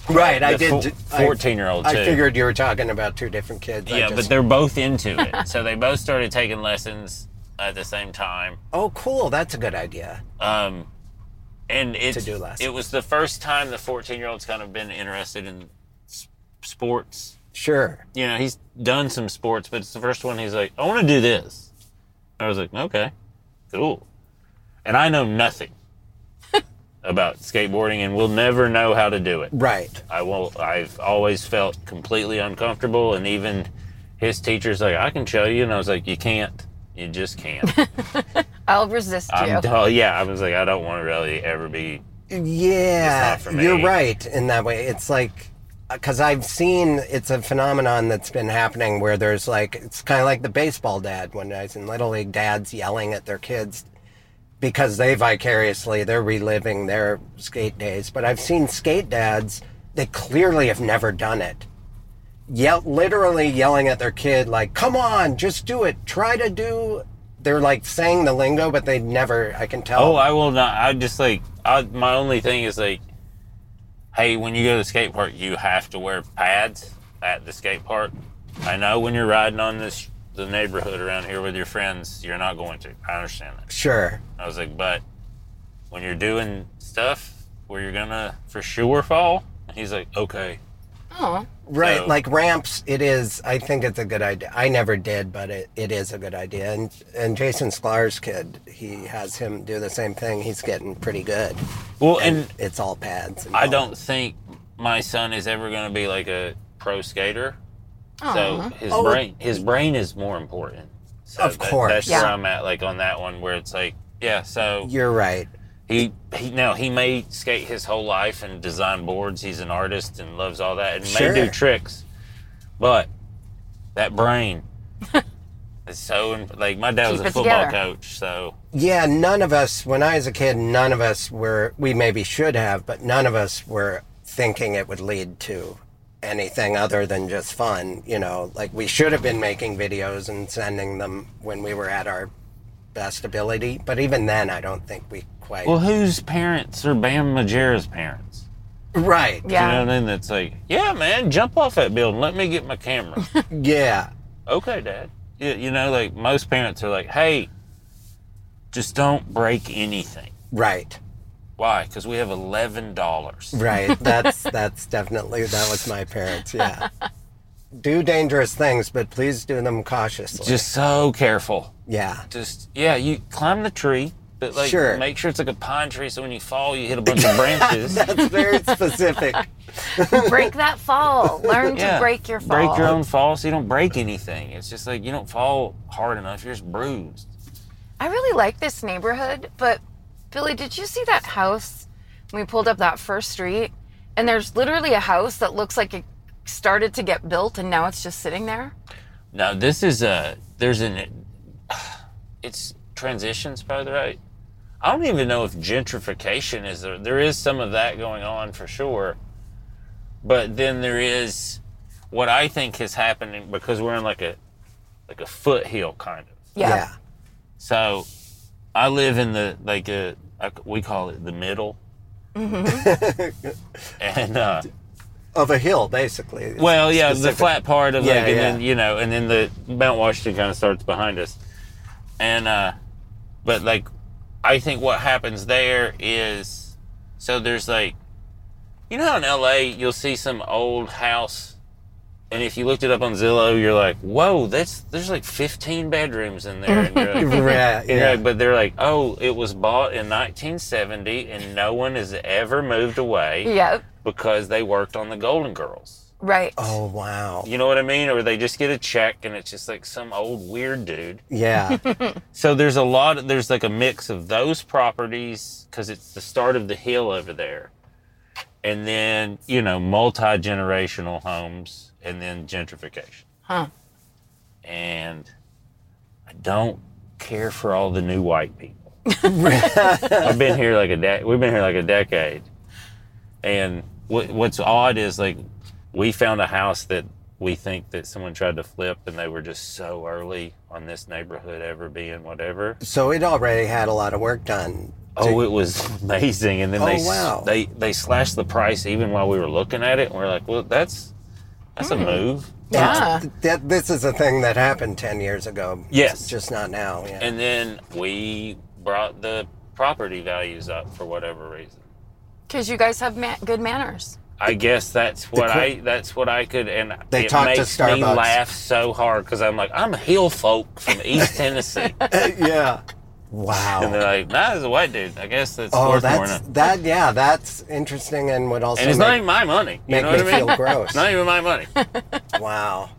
B: right. I
D: the
B: did
D: fo-
B: ju- I-
D: 14-year-old
B: I,
D: too.
B: figured you were talking about two different kids. I
D: yeah, but
B: just-
D: they're both into it, so they both started taking lessons at the same time.
B: oh, cool. That's a good idea.
D: Um, and it's,
B: do less.
D: it was the first time the 14 year old's kind of been interested in s- sports.
B: Sure.
D: You know, he's done some sports, but it's the first one he's like, I want to do this. I was like, okay, cool. And I know nothing about skateboarding and will never know how to do it.
B: Right.
D: I will. I've always felt completely uncomfortable, and even his teacher's like, "I can show you," and I was like, "You can't. You just can't."
C: I'll resist you.
D: I'm, oh yeah, I was like, I don't want to really ever be
B: Yeah,
D: It's not for me.
B: you're right in that way. It's like because I've seen it's a phenomenon that's been happening where there's like it's kind of like the baseball dad when I was in little league dads yelling at their kids because they vicariously they're reliving their skate days. But I've seen skate dads that clearly have never done it. Yell, literally yelling at their kid like, "Come on, just do it. Try to do." They're like saying the lingo, but they never. I can tell.
D: Oh, I will not. I just like I, my only thing is like, hey, when you go to the skate park, you have to wear pads at the skate park. I know when you're riding on this the neighborhood around here with your friends, you're not going to. I understand that.
B: sure.
D: I was like, but when you're doing stuff where you're gonna for sure fall, and he's like, okay,
C: oh,
B: Right,
D: So-
B: like ramps, it is. I think it's a good idea. I never did, but it, it is a good idea. And and Jason Sklar's kid, he has him do the same thing. He's getting pretty good.
D: well,
B: And,
D: and
B: it's all pads. and
D: I
B: all.
D: don't think my son is ever going to be like a pro skater. So his
B: Oh.
D: brain, his brain is more important. So
B: Of course.
D: that's where
C: Yeah.
D: I'm at, like on that one, where it's like, yeah. So
B: You're right.
D: he, he no, he may skate his whole life and design boards. He's an artist and loves all that, and
B: Sure.
D: may do tricks, but that brain. is so imp- like my dad was
C: Keep
D: a
C: it
D: football
C: together.
D: coach, so
B: Yeah, none of us, when I was a kid, none of us were, we maybe should have, but none of us were thinking it would lead to anything other than just fun. You know, like we should have been making videos and sending them when we were at our best ability. But even then, I don't think we quite.
D: well, whose parents are Bam Majera's parents?
B: right.
D: You know
C: yeah.
D: what I mean? That's like, yeah, man, jump off that building. Let me get my camera.
B: Yeah.
D: okay, Dad. You, you know, like most parents are like, hey, just don't break anything.
B: Right.
D: Why? Because we have eleven dollars.
B: Right. That's that's definitely that was my parents. Yeah. Do dangerous things, but please do them cautiously.
D: Just so careful.
B: yeah.
D: Just yeah, you climb the tree, but like
B: Sure.
D: make sure it's like a pine tree, so when you fall, you hit a bunch of branches.
B: That's very specific.
C: break that fall. Learn
D: Yeah.
C: to break your fall.
D: Break your own fall, so you don't break anything. It's just like you don't fall hard enough. You're just bruised.
C: I really like this neighborhood, but Billy, did you see that house? We pulled up that first street, and there's literally a house that looks like it started to get built, and now it's just sitting there.
D: Now this is a there's an it's transitions probably right. I don't even know if gentrification is there. There is some of that going on for sure, but then there is what I think is happening because we're in like a like a foothill kind of.
C: Yeah.
B: yeah.
D: So I live in the like a I- we call it the middle. and uh,
B: Of a hill, basically.
D: well, yeah,
B: Specific.
D: the flat part of
B: Yeah,
D: like, and
B: yeah.
D: then you know, and then the Mount Washington kind of starts behind us, and uh, but like, I think what happens there is, so there's like, you know, how in L.A. you'll see some old house and if you looked it up on Zillow, you're like, whoa, that's there's like 15 bedrooms in there. And you're like-
B: yeah,
D: and you're like,
B: yeah.
D: but they're like, oh, it was bought in 1970 and no one has ever moved
B: Hmm.
D: away
C: Yep.
D: because they worked on the Golden Girls.
C: Right.
B: Oh wow.
D: You know what I mean? Or they just get a check and it's just like some old weird dude.
B: Yeah.
D: So there's a lot, there's like a mix of those properties because it's the start of the hill over there. And then, you know, multi generational homes and then gentrification.
C: Huh.
D: And I don't care for all the new white people. I've been here like a de- we've been here like a decade. And what, what's odd is like we found a house that we think that someone tried to flip and they were just so early on this neighborhood ever being whatever.
B: so it already had a lot of work done.
D: Oh, it was amazing. And then
B: Oh,
D: they s-
B: wow.
D: they they slashed the price even while we were looking at it and we're like, "Well, that's that's
B: Hmm.
D: a move."
C: yeah.
B: That, this is a thing that happened ten years ago.
D: Yes.
B: It's just not now. Yeah.
D: And then we brought the property values up for whatever reason.
C: Because you guys have ma- good manners.
D: I guess that's what
B: qu-
D: I that's what I could and
B: They
D: it
B: talk to
D: makes me
B: Starbucks.
D: laugh so hard because I'm like I'm a hill folk from East Tennessee and uh,
B: yeah.
D: they're
B: Wow.
D: like nah there's a white dude I guess that's
B: Oh,
D: worth more
B: that's
D: than
B: that. Yeah, that's interesting, and would also
D: and it's
B: make,
D: not even my money you
B: make
D: know
B: me
D: what I mean
B: feel gross.
D: it's not even my money it's
B: Wow.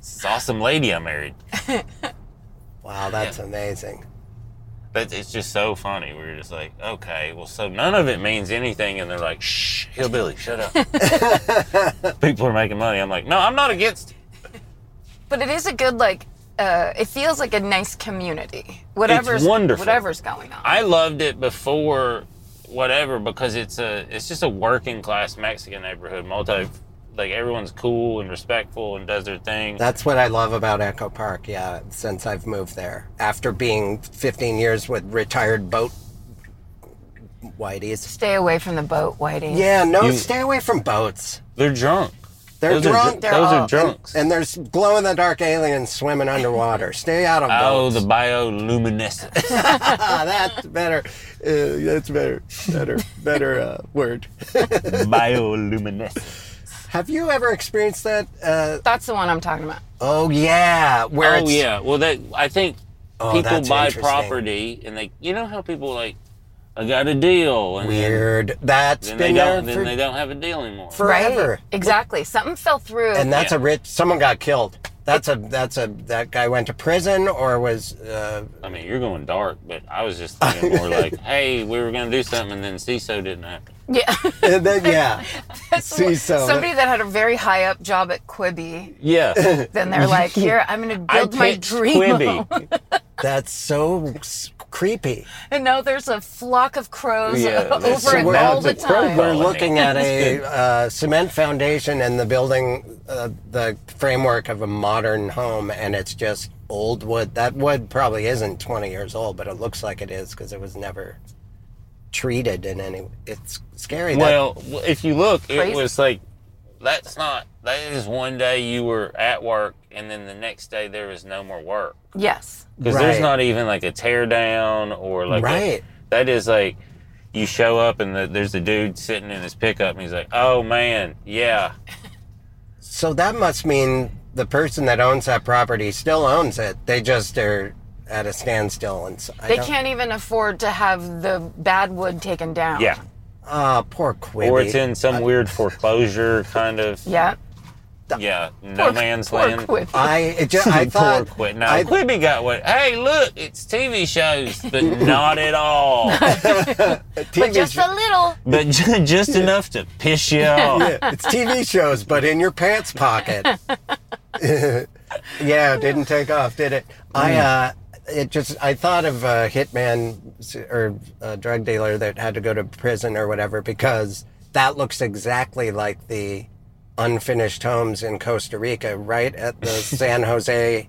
D: this awesome lady I married
B: Wow, that's amazing.
D: but it's just so funny we were just like okay well so none of it means anything and they're like shh hillbilly shut up people are making money I'm like no I'm not against it
C: But it is a good, like, uh, it feels like a nice community. Whatever's,
D: wonderful.
C: Whatever's going on.
D: I loved it before whatever because it's a it's just a working class Mexican neighborhood. Multi like everyone's cool and respectful and does their thing.
B: That's what I love about Echo Park. Yeah, since I've moved there, after being 15 years with retired boat whiteys.
C: Stay away from the boat, Whitey.
B: Yeah, no,
D: You-
B: stay away from boats.
D: They're drunk.
B: They're
D: those
B: drunk.
D: Are, dr- those
C: all-
D: are drunks.
B: and there's glow in the dark aliens swimming underwater. Stay out of
D: oh,
B: boats.
D: the bioluminescence.
B: Ah, that's better. Uh, that's better. Better. Better uh, word.
D: bioluminescence.
B: Have you ever experienced that? Uh,
C: That's the one I'm talking about.
B: oh yeah, where
D: Oh
B: it's
D: yeah. Well, that I think
B: Oh,
D: people
B: that's
D: buy
B: interesting.
D: property and they you know how people like I got a deal and then-
B: weird. That's
D: then,
B: been
D: they don't
B: there
D: then
B: for
D: they don't have a deal anymore.
B: forever.
C: Right? Exactly. Something fell through.
B: and that's
D: Yeah.
B: a rich. Someone got killed. That's a that's a that guy went to prison or was uh,
D: I mean, you're going dark, but I was just thinking more like, hey, we were going to do something and then CISO didn't happen.
C: yeah.
B: and then, yeah. See, so
C: Somebody that had a very high up job at Quibi,
D: Yeah.
C: then they're like, here, I'm going to build my
D: pitched
C: dream. home."
B: that's so s- creepy.
C: And now there's a flock of crows
D: Yeah, that's
C: over it
D: so
C: all
D: bad.
C: the
D: The crow
C: time.
D: bird-
B: We're looking at a uh, cement foundation and the building, uh, the framework of a modern home, and it's just old wood. That wood probably isn't 20 years old, but it looks like it is because it was never treated in any. It's scary. that-
D: Well, if you look,
C: Crazy.
D: it was like, that's not, that is one day you were at work and then the next day there was no more work.
C: Yes.
D: Because there's
B: Right.
D: not even like a tear down or like, a-
B: Right.
D: that is like, you show up and the, there's a dude sitting in his pickup and he's like, oh man, yeah.
B: So that must mean the person that owns that property still owns it. They just are at a standstill and s- I
C: They
B: don't-
C: can't even afford to have the bad wood taken down.
D: Yeah.
B: Ah, poor Quibby.
D: Or it's in some weird foreclosure kind of,
C: Yeah.
D: yeah, no man's
C: Poor
D: land.
C: Quibi.
B: I it just, I thought
D: Poor Quibby. No,
B: I-
D: Quibby got what? Hey, look, it's TV shows, but not at all.
B: TV
C: Just
B: show-
C: a little.
D: but ju- just enough to piss you off.
B: it's TV shows, but in your pants pocket. yeah, it didn't take off, did it? I uh, it just I thought of a hitman s- or a drug dealer that had to go to prison or whatever because that looks exactly like the unfinished homes in Costa Rica, right at the San Jose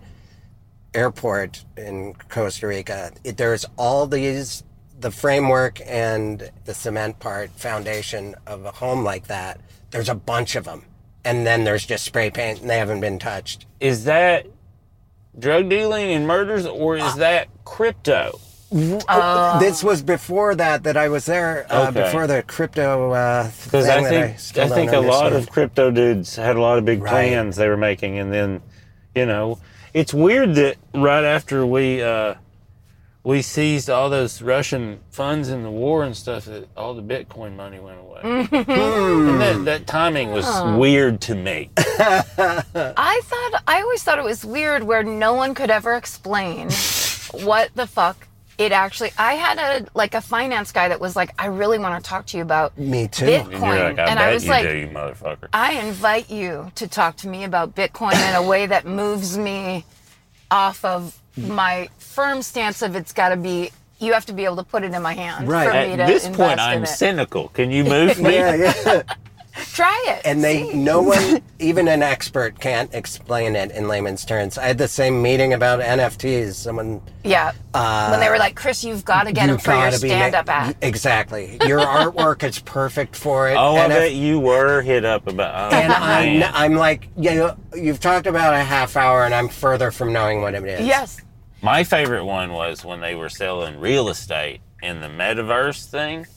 B: airport in Costa Rica. It, there's all these the framework and the cement part foundation of a home like that. There's a bunch of them, and then there's just spray paint, and they haven't been touched.
D: Uh, Is that drug dealing and murders, or is that crypto?
C: Oh.
B: this was before that that I was there uh,
D: Okay.
B: before the crypto uh, thing
D: Because I
B: that I
D: think
B: still
D: I,
B: don't
D: think a lot
B: understand.
D: of crypto dudes had a lot of big
B: Right.
D: plans they were making, and then, you know, it's weird that right after we uh, we seized all those Russian funds in the war and stuff, that all the Bitcoin money went away. And that, that timing was weird to me.
C: I thought I always thought it was weird where no one could ever explain what the fuck it actually. I had a like a finance guy that was like, I really want to talk to you about.
B: me too.
C: Bitcoin.
D: And you're like, I
C: And I
D: bet
C: was
D: you
C: like-
D: do, you motherfucker.
C: I invite you to talk to me about Bitcoin in a way that moves me off of my firm stance of it's got to be. You have to be able to put it in my hand
B: Right.
C: for me to
D: At this
C: invest
D: point,
C: in
D: I'm
C: it.
D: cynical. Can you move me?
B: yeah, yeah.
C: Try it.
B: And they,
C: See?
B: no one, even an expert, can't explain it in layman's terms. I had the same meeting about NFTs. Someone uh,
C: yeah. when
D: uh,
C: they were like, Chris, you've got to get him
B: you
C: for your
B: gotta be ma-
C: stand-up act.
B: Exactly, your artwork is perfect for it.
D: Oh, I
B: and if-
D: bet you were hit up about. Oh,
B: and I'm,
D: man.
B: I'm like, you know, you've talked about a half hour, and I'm further from knowing what it is.
C: Yes.
D: My favorite one was when they were selling real estate in the metaverse thing.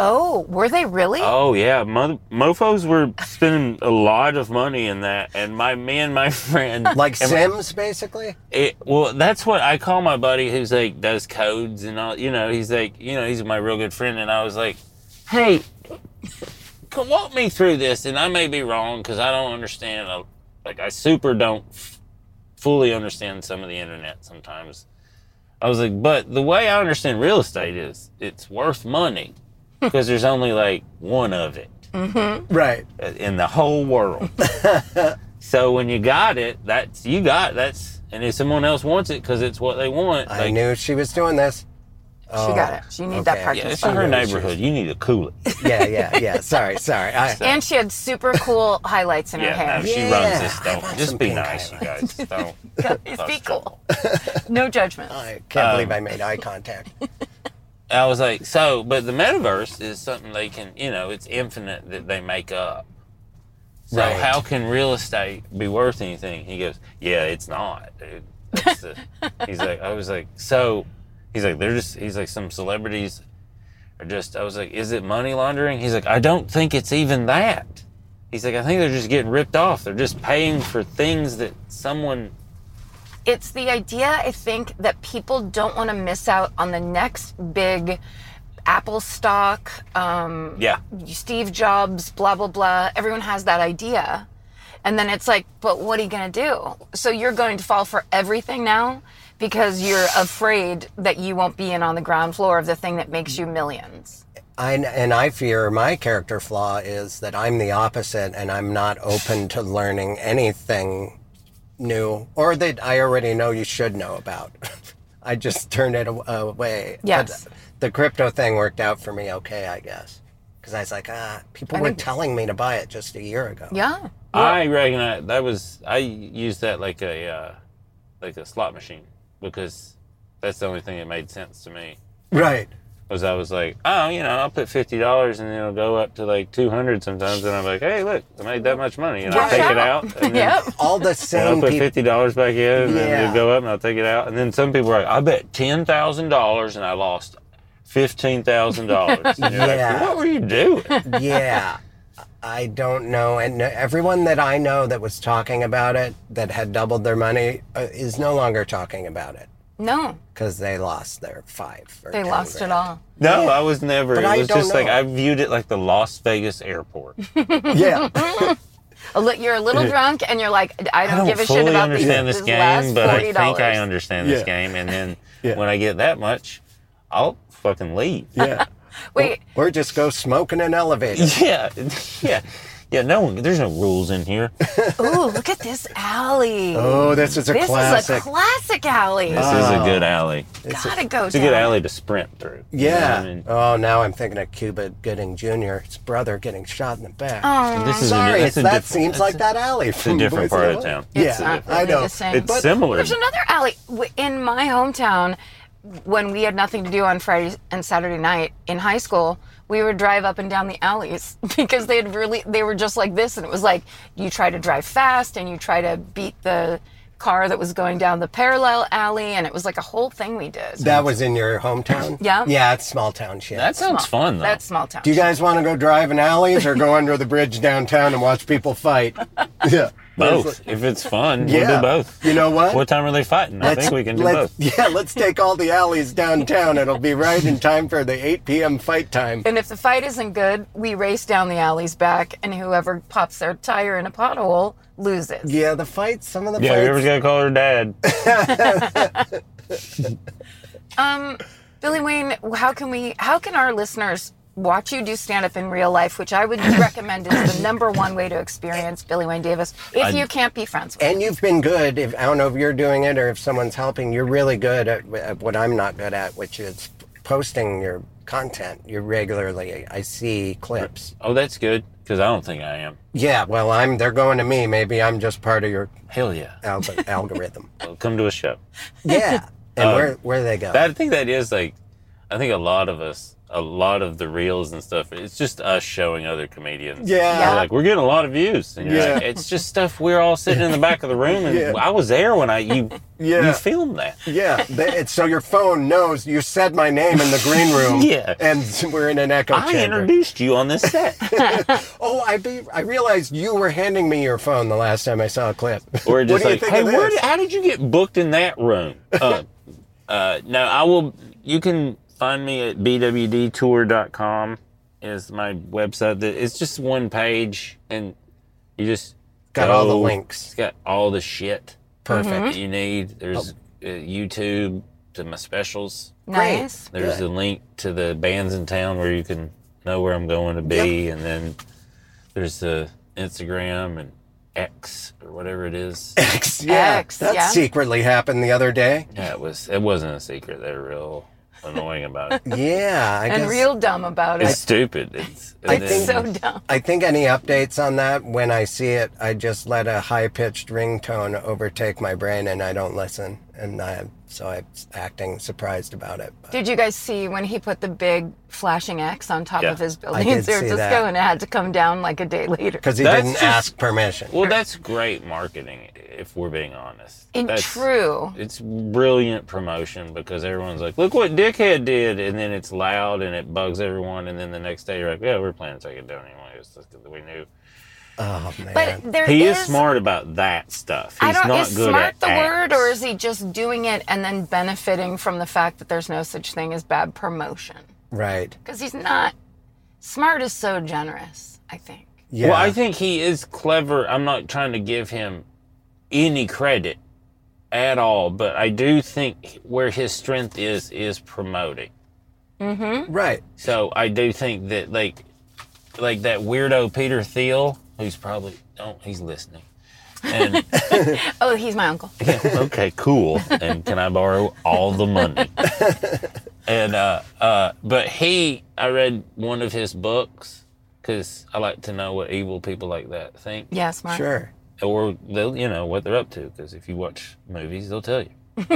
C: Oh, were they really?
D: Oh yeah, Mo- mofo's were spending a lot of money in that, and my me and my friend
B: like
D: and
B: Sims, basically.
D: it, well, that's what I call my buddy who's like does codes and all. You know, he's like, you know, he's my real good friend, and I was like, hey, c- walk me through this, and I may be wrong because I don't understand. uh, Like I super don't f- fully understand some of the internet sometimes. I was like, but the way I understand real estate is it's worth money
B: Hmm.
D: because there's only like one of it uh,
B: Right.
D: in the whole world. so when you got it, that's you got that's, and if someone else wants it because it's what they want,
B: I knew she was doing this.
C: she got it. She needed that
B: okay.
C: parking
D: Yeah, it's
C: spot.
D: in her
B: She knows
D: neighborhood. You need to cool it.
B: Yeah, yeah, yeah. Sorry, sorry. I,
C: And she had super cool highlights in her
D: Yeah, no,
C: hair.
D: she
B: Yeah.
D: runs this.
B: I
D: Don't
B: want
D: just
B: some
D: be
B: pink
D: nice, you guys. Don't.
C: It's be cool. No judgment.
B: I can't believe I made eye contact.
D: I was like, so, but the metaverse is something they can, you know, it's infinite that they make up. So
B: Right.
D: how can real estate be worth anything? He goes, yeah, it's not, dude. That's the, he's like, I was like, so, he's like, they're just, he's like, some celebrities are just, I was like, is it money laundering? He's like, I don't think it's even that. He's like, I think they're just getting ripped off. They're just paying for things that someone,
C: It's the idea, I think, that people don't want to miss out on the next big Apple stock, um,
D: yeah,
C: Steve Jobs, blah, blah, blah. Everyone has that idea. And then it's like, but what are you going to do? So you're going to fall for everything now because you're afraid that you won't be in on the ground floor of the thing that makes you millions.
B: I, and I fear my character flaw is that I'm the opposite and I'm not open to learning anything new or that I already know you should know about. I just turn it aw- away. But
C: Yes.
B: the crypto thing worked out for me okay, I guess. Because I was like, ah, people were telling me to buy it just a year ago.
C: Yeah.
D: I recognize that was I used that like a uh, like a slot machine because that's the only thing that made sense to me
B: Right.
D: was I was like oh you know I'll put fifty dollars and it'll go up to like two hundred sometimes and I'm like hey look I made that much money and I
C: Cash
D: take
C: out.
D: it out and then
C: Yep.
B: All the
D: and I'll
B: same
D: put
B: people.
D: fifty dollars back in and then
B: Yeah.
D: it'll go up and I'll take it out and then some people are like I bet ten thousand dollars and I lost fifteen thousand dollars and you're
B: Yeah.
D: like what were you doing
B: yeah. I don't know. And everyone that I know that was talking about it, that had doubled their money, uh, is no longer talking about it
C: No,
B: because they lost their five. Or
C: they
B: 10
C: lost it
B: grand.
C: all.
D: no I was never
B: But
D: it
B: I
D: was
B: don't
D: just like
B: know.
D: I viewed it like the Las Vegas airport.
B: Yeah.
C: A li- you're a little drunk, and you're like, I don't,
D: I don't
C: give a
D: fully
C: shit about these-
D: understand this
C: this last
D: game, but I
C: forty
D: think I
C: dollars.
D: understand this
B: Yeah.
D: game. And then
B: Yeah.
D: when I get that much, I'll fucking leave.
B: yeah.
C: Wait,
B: Or just go smoke in an elevator.
D: Yeah, yeah, yeah. No one. There's no rules in here.
C: ooh, look at this alley.
B: Oh, this is a
C: this
B: classic.
C: is a classic alley.
D: This is a good
B: Ah.
D: alley.
C: Gotta go.
D: It's a good alley to sprint through. You know
B: yeah.
D: what I mean?
B: Oh, now I'm thinking of Cuba Gooding Jr., his brother getting shot in the back.
C: Oh. Mm,
D: this is
B: Sorry,
D: a,
B: it's,
D: that's a
B: that
D: different-
B: seems
D: that's
B: like
D: a-
B: that alley.
D: It's a different part of town.
C: It's
B: yeah,
C: not
B: I
C: really
B: know.
C: the same.
D: It's
C: But-
D: similar.
C: There's another alley w- in my hometown. When we had nothing to do on Friday and Saturday night in high school, we would drive up and down the alleys because they had really they were just like this, and it was like you try to drive fast and you try to beat the car that was going down the parallel alley, and it was like a whole thing we did.
B: That was in your hometown?
C: Yeah.
B: Yeah, it's small town shit.
D: That sounds fun though.
C: That's small town.
B: Do you guys want to go drive in alleys or go under the bridge downtown and watch people fight? Yeah.
D: both. If it's fun, we'll
B: Yeah.
D: do both.
B: You know what?
D: What time are they fighting? I think we can do
B: let's-
D: both.
B: Yeah, let's take all the alleys downtown. It'll be right in time for the 8 p.m. fight time.
C: and if the fight isn't good, we race down the alleys back, and whoever pops their tire in a pothole loses.
B: Yeah, the fights, some of the
D: Yeah, whoever's
B: fights.
D: gonna call her dad.
C: Billy Wayne, how can we? How can our listeners watch you do stand up in real life? Which I would recommend is the number one way to experience Billy Wayne Davis if you can't be friends with.
B: and you've been good. If I don't know if you're doing it or if someone's helping, you're really good at, at what I'm not good at, which is posting your content. You regularly, I see clips.
D: Oh, that's good because I don't think I am.
B: Yeah, well, I'm. They're going to me. Maybe I'm just part of your
D: Hell yeah!
B: al- algorithm.
D: Well, come to a show.
B: Yeah. And where where do they go?
D: Uh, That, I think that is like, I think a lot of us, a lot of the reels and stuff, it's just us showing other comedians.
B: Yeah.
D: They're like we're getting a lot of views. And you're
B: Yeah.
D: like, it's just stuff we're all sitting in the back of the room, and
B: Yeah.
D: I was there when I you
B: Yeah.
D: you filmed that.
B: yeah, they, it's, so your phone knows you said my name in the green room.
D: Yeah.
B: and we're in an echo
D: I
B: chamber.
D: introduced you on this set,
B: oh, I be, I realized you were handing me your phone the last time I saw a clip.
D: or just
B: what do
D: like,
B: you think
D: hey,
B: of this?
D: where, did- how did you get booked in that room? Uh, uh, no, I will. You can find me at bwdtour.com is my website. That it's just one page, and you just
B: Got all the
D: go-
B: links.
D: It's got all the shit perfect that you need. There's uh, YouTube to my specials.
C: Nice.
D: There's a link to the bands in town where you can know where I'm going to be, and then there's the Instagram and X or whatever it is.
B: X, yeah,
C: X,
B: that
C: yeah.
B: secretly happened the other day.
D: yeah, it was. It wasn't a secret. They're real annoying about it.
B: Yeah, I
C: And
B: guess.
C: real dumb about
D: It's
C: it.
D: stupid. It's and
B: I
D: then-
B: think-
C: So dumb.
B: I think any updates on that when I see it, I just let a high pitched ringtone overtake my brain and I don't listen. And I so I'm acting surprised about it. But
C: Did you guys see when he put the big flashing X on top
D: Yeah.
C: of his
B: I
C: building
B: did
C: in San
B: see
C: Francisco
B: that.
C: and it had to come down like a day later?
B: because he
D: That's
B: didn't
D: just-
B: ask permission.
D: Well, that's great marketing. If we're being honest,
C: In
D: That's-
C: true.
D: It's brilliant promotion because everyone's like, "Look what Dickhead did," and then it's loud and it bugs everyone. And then the next day, you're like, "Yeah, we're planning to take it down anyway." It's just 'cause we knew
B: Oh man.
C: But there
D: he is,
C: is
D: smart about that stuff. He's
C: I don't
D: not
C: is
D: good
C: smart
D: at
C: the word or
D: ads.
C: is he just doing it and then benefiting from the fact that there's no such thing as bad promotion?
B: right.
C: Because he's not smart is so generous, I think.
B: Yeah.
D: Well, I think he is clever. I'm not trying to give him any credit at all, but I do think where his strength is is promoting.
B: right.
D: So I do think that like like that weirdo Peter Thiel, who's probably oh he's listening. And
C: Oh, he's my uncle.
D: yeah, okay, cool. And can I borrow all the money? And uh, uh, but he, I read one of his books because I like to know what evil people like that think,
C: Yeah, smart.
B: Sure.
D: or they'll you know what they're up to. Because if you watch movies, they'll tell you.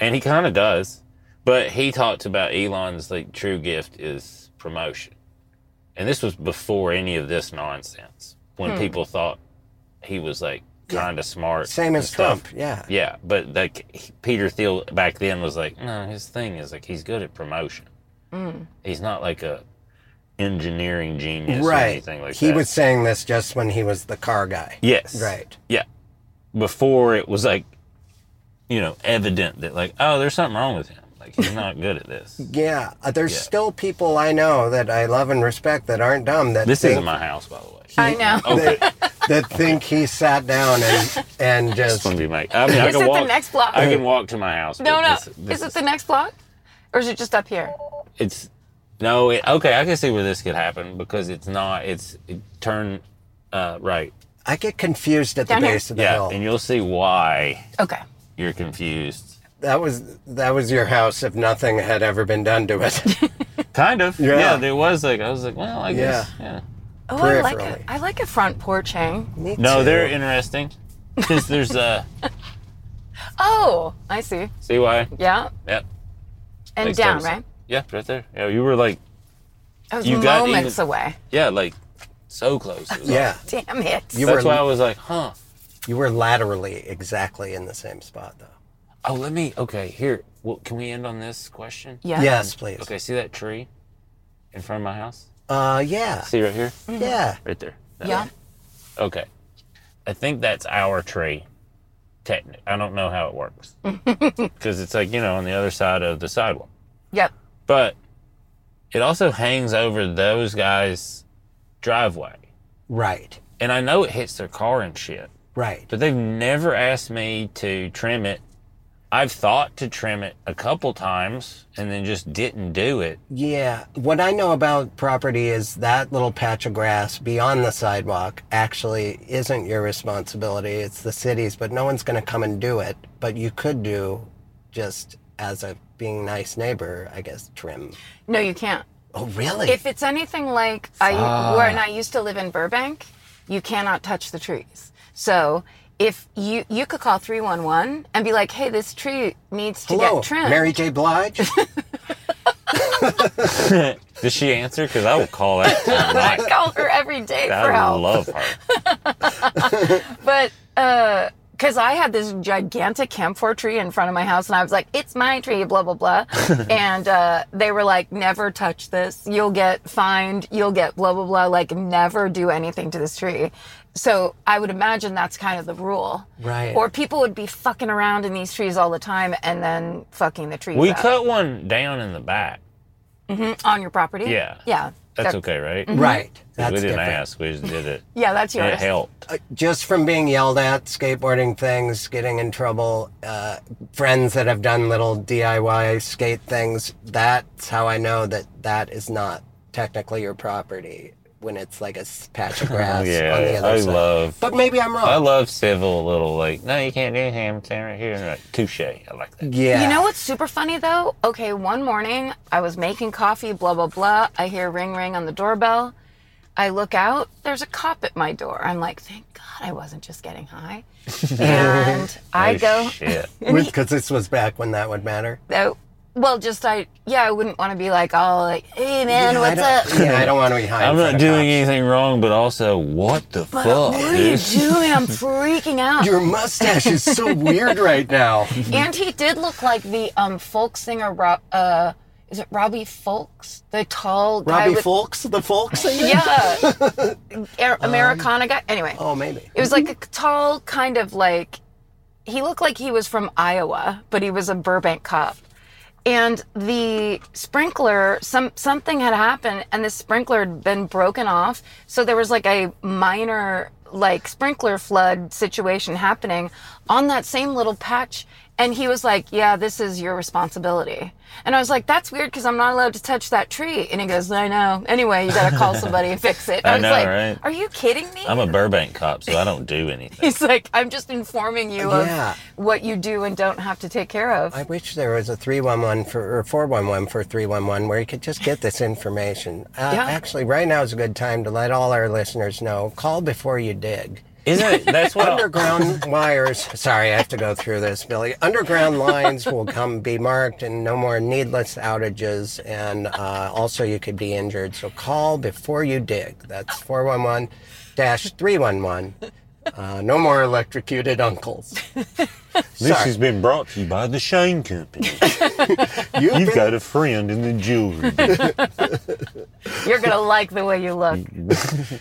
D: and he kind of does, but he talked about Elon's like true gift is promotion, and this was before any of this nonsense when people thought he was like kind of smart.
B: Same
D: and
B: as
D: stuff.
B: Trump. Yeah.
D: Yeah, but like he- Peter Thiel back then was like, no, his thing is like he's good at promotion. He's not like a engineering genius or
B: Right.
D: anything like
B: he
D: that.
B: was saying this just when he was the car guy.
D: yes,
B: Right.
D: yeah. Before it was like, you know, evident that like, oh, there's something wrong with him. Like he's not good at this.
B: Yeah. Uh, There's
D: Yeah.
B: still people I know that I love and respect that aren't dumb that
D: This
B: think
D: isn't my house, by the way.
C: I know.
D: Oh, Okay,
B: that think he sat down and and
D: this
B: just
D: one be make. I mean, I
C: Is
D: can
C: it the
D: walk.
C: next block?
D: I can walk to my house.
C: No,
D: but
C: no.
D: This, this
C: is it the next block? Or is it just up here?
D: it's no it, okay i can see where this could happen because it's not it's it, turn uh, right
B: I get confused at the
C: Down here?
B: base of the
D: yeah
B: hill.
D: and you'll see why
C: Okay.
D: you're confused
B: That was that was your house if nothing had ever been done to it.
D: kind of
B: Yeah.
D: yeah, there was like i was like well i guess yeah,
C: Oh, I like
B: Peripherally.
C: a, I like a front porch hang.
B: Me
D: no
B: too.
D: they're interesting because there's uh
C: Oh, I see.
D: see why
C: Yeah.
D: yep
C: And
D: makes
C: down,
D: total
C: right?
D: sense. yeah right there yeah you were like
C: I was
D: You got
C: moments
D: even-
C: away.
D: yeah like so close It was
B: yeah.
C: Damn it.
B: You
D: like- that's
B: were
D: why i was like huh
B: You were laterally exactly in the same spot, though.
D: Oh, let me. Okay, here. Well, can we end on this question?
C: Yeah.
B: Yes, please.
D: Okay, see that tree in front of my house?
B: Uh, yeah.
D: See right here?
B: Yeah.
D: Right there. That
C: Yeah.
D: one. Okay. I think that's our tree. Technic. I don't know how it works because it's like you know on the other side of the sidewalk.
C: Yep.
D: But it also hangs over those guys' driveway,
B: Right.
D: and I know it hits their car and shit.
B: Right.
D: But they've never asked me to trim it. I've thought to trim it a couple times and then just didn't do it.
B: Yeah. What I know about property is that little patch of grass beyond the sidewalk actually isn't your responsibility. It's the city's, but no one's going to come and do it. But you could do just as a being nice neighbor, I guess, trim.
C: No, you can't.
B: Oh, really?
C: If it's anything like I, where I used to live in Burbank, you cannot touch the trees. So if you you could call 311 and be like, "Hey, this tree needs to
B: Hello,
C: get trimmed."
B: Mary J. Blige.
D: Does she answer? Because I will call that
C: I
D: tonight.
C: call her every day for
D: I
C: help.
D: love her.
C: but uh 'cause because I had this gigantic camphor tree in front of my house, and I was like, "It's my tree," blah blah blah, and uh, they were like, "Never touch this. You'll get fined. You'll get blah blah blah. Like, never do anything to this tree." So I would imagine that's kind of the rule,
B: Right.
C: Or people would be fucking around in these trees all the time and then fucking the trees
D: We
C: up.
D: cut one down in the back.
C: on your property.
D: Yeah.
C: yeah, That-
D: That's
C: Mm-hmm.
D: okay, right?
B: right. That's
D: we didn't
B: different.
D: ask. We just did it.
C: yeah. That's
D: And
C: yours.
D: it helped.
B: Uh, Just from being yelled at, skateboarding things, getting in trouble, uh, friends that have done little DIY skate things, that's how I know that that is not technically your property when it's like a s- patch of grass on the
D: yeah,
B: other
D: I
B: side.
D: love.
B: But maybe I'm wrong.
D: I love civil little like. No, you can't do anything. I'm standing right here. And they're like, Touche. I like that.
B: yeah.
C: You know what's super funny though? Okay, one morning I was making coffee, blah, blah, blah. I hear ring, ring on the doorbell. I look out, there's a cop at my door. I'm like, thank God I wasn't just getting high. And I
D: Oh,
C: go,
D: Shit.
B: Because this was back when that would matter.
C: oh, well, just I, yeah, I wouldn't want to be like, all like, hey man,
B: Yeah, I
C: what's
B: don't-
C: up?
B: Yeah, I don't want to be high. in
D: I'm
B: front
D: not
B: of
D: doing
B: cops.
D: anything wrong, but also, what the fuck,
C: What are you
D: dude?
C: doing? I'm freaking out.
B: Your mustache is so weird right now.
C: and he did look like the um folk singer, Rob, uh, is it Robbie Folks? The tall guy
B: Robbie
C: with
B: Folks, the folk singer?
C: yeah, Air- Americana guy. Anyway,
B: Oh, maybe.
C: it was like a tall kind of like he looked like he was from Iowa, but he was a Burbank cop. And the sprinkler, some something had happened, and the sprinkler had been broken off, so there was like a minor like sprinkler flood situation happening on that same little patch. And he was like, "Yeah, this is your responsibility." And I was like, "That's weird because I'm not allowed to touch that tree." And he goes, "I know. Anyway, you gotta call somebody and fix it."
D: I
C: was
D: know,
C: like,
D: right?
C: "Are you kidding me?"
D: I'm a Burbank cop, so I don't do anything.
C: He's like, I'm just informing you
B: Yeah.
C: of what you do and don't have to take care of.
B: I wish there was a 311 for, or 411 for 311 where you could just get this information. Uh,
C: Yeah.
B: Actually, right now is a good time to let all our listeners know call before you dig.
D: Isn't it? That's what. I-
B: Underground wires, sorry, I have to go through this, Billy. Underground lines will come be marked and no more needless outages. And uh, also, you could be injured. So call before you dig. That's 411 311. Uh, no more electrocuted uncles.
F: This
B: Sorry.
F: has been brought to you by the Shane Company.
B: You've
F: You've
B: been-
F: got a friend in the jewelry. business.
C: You're going to like the way you
B: Mm.
C: look.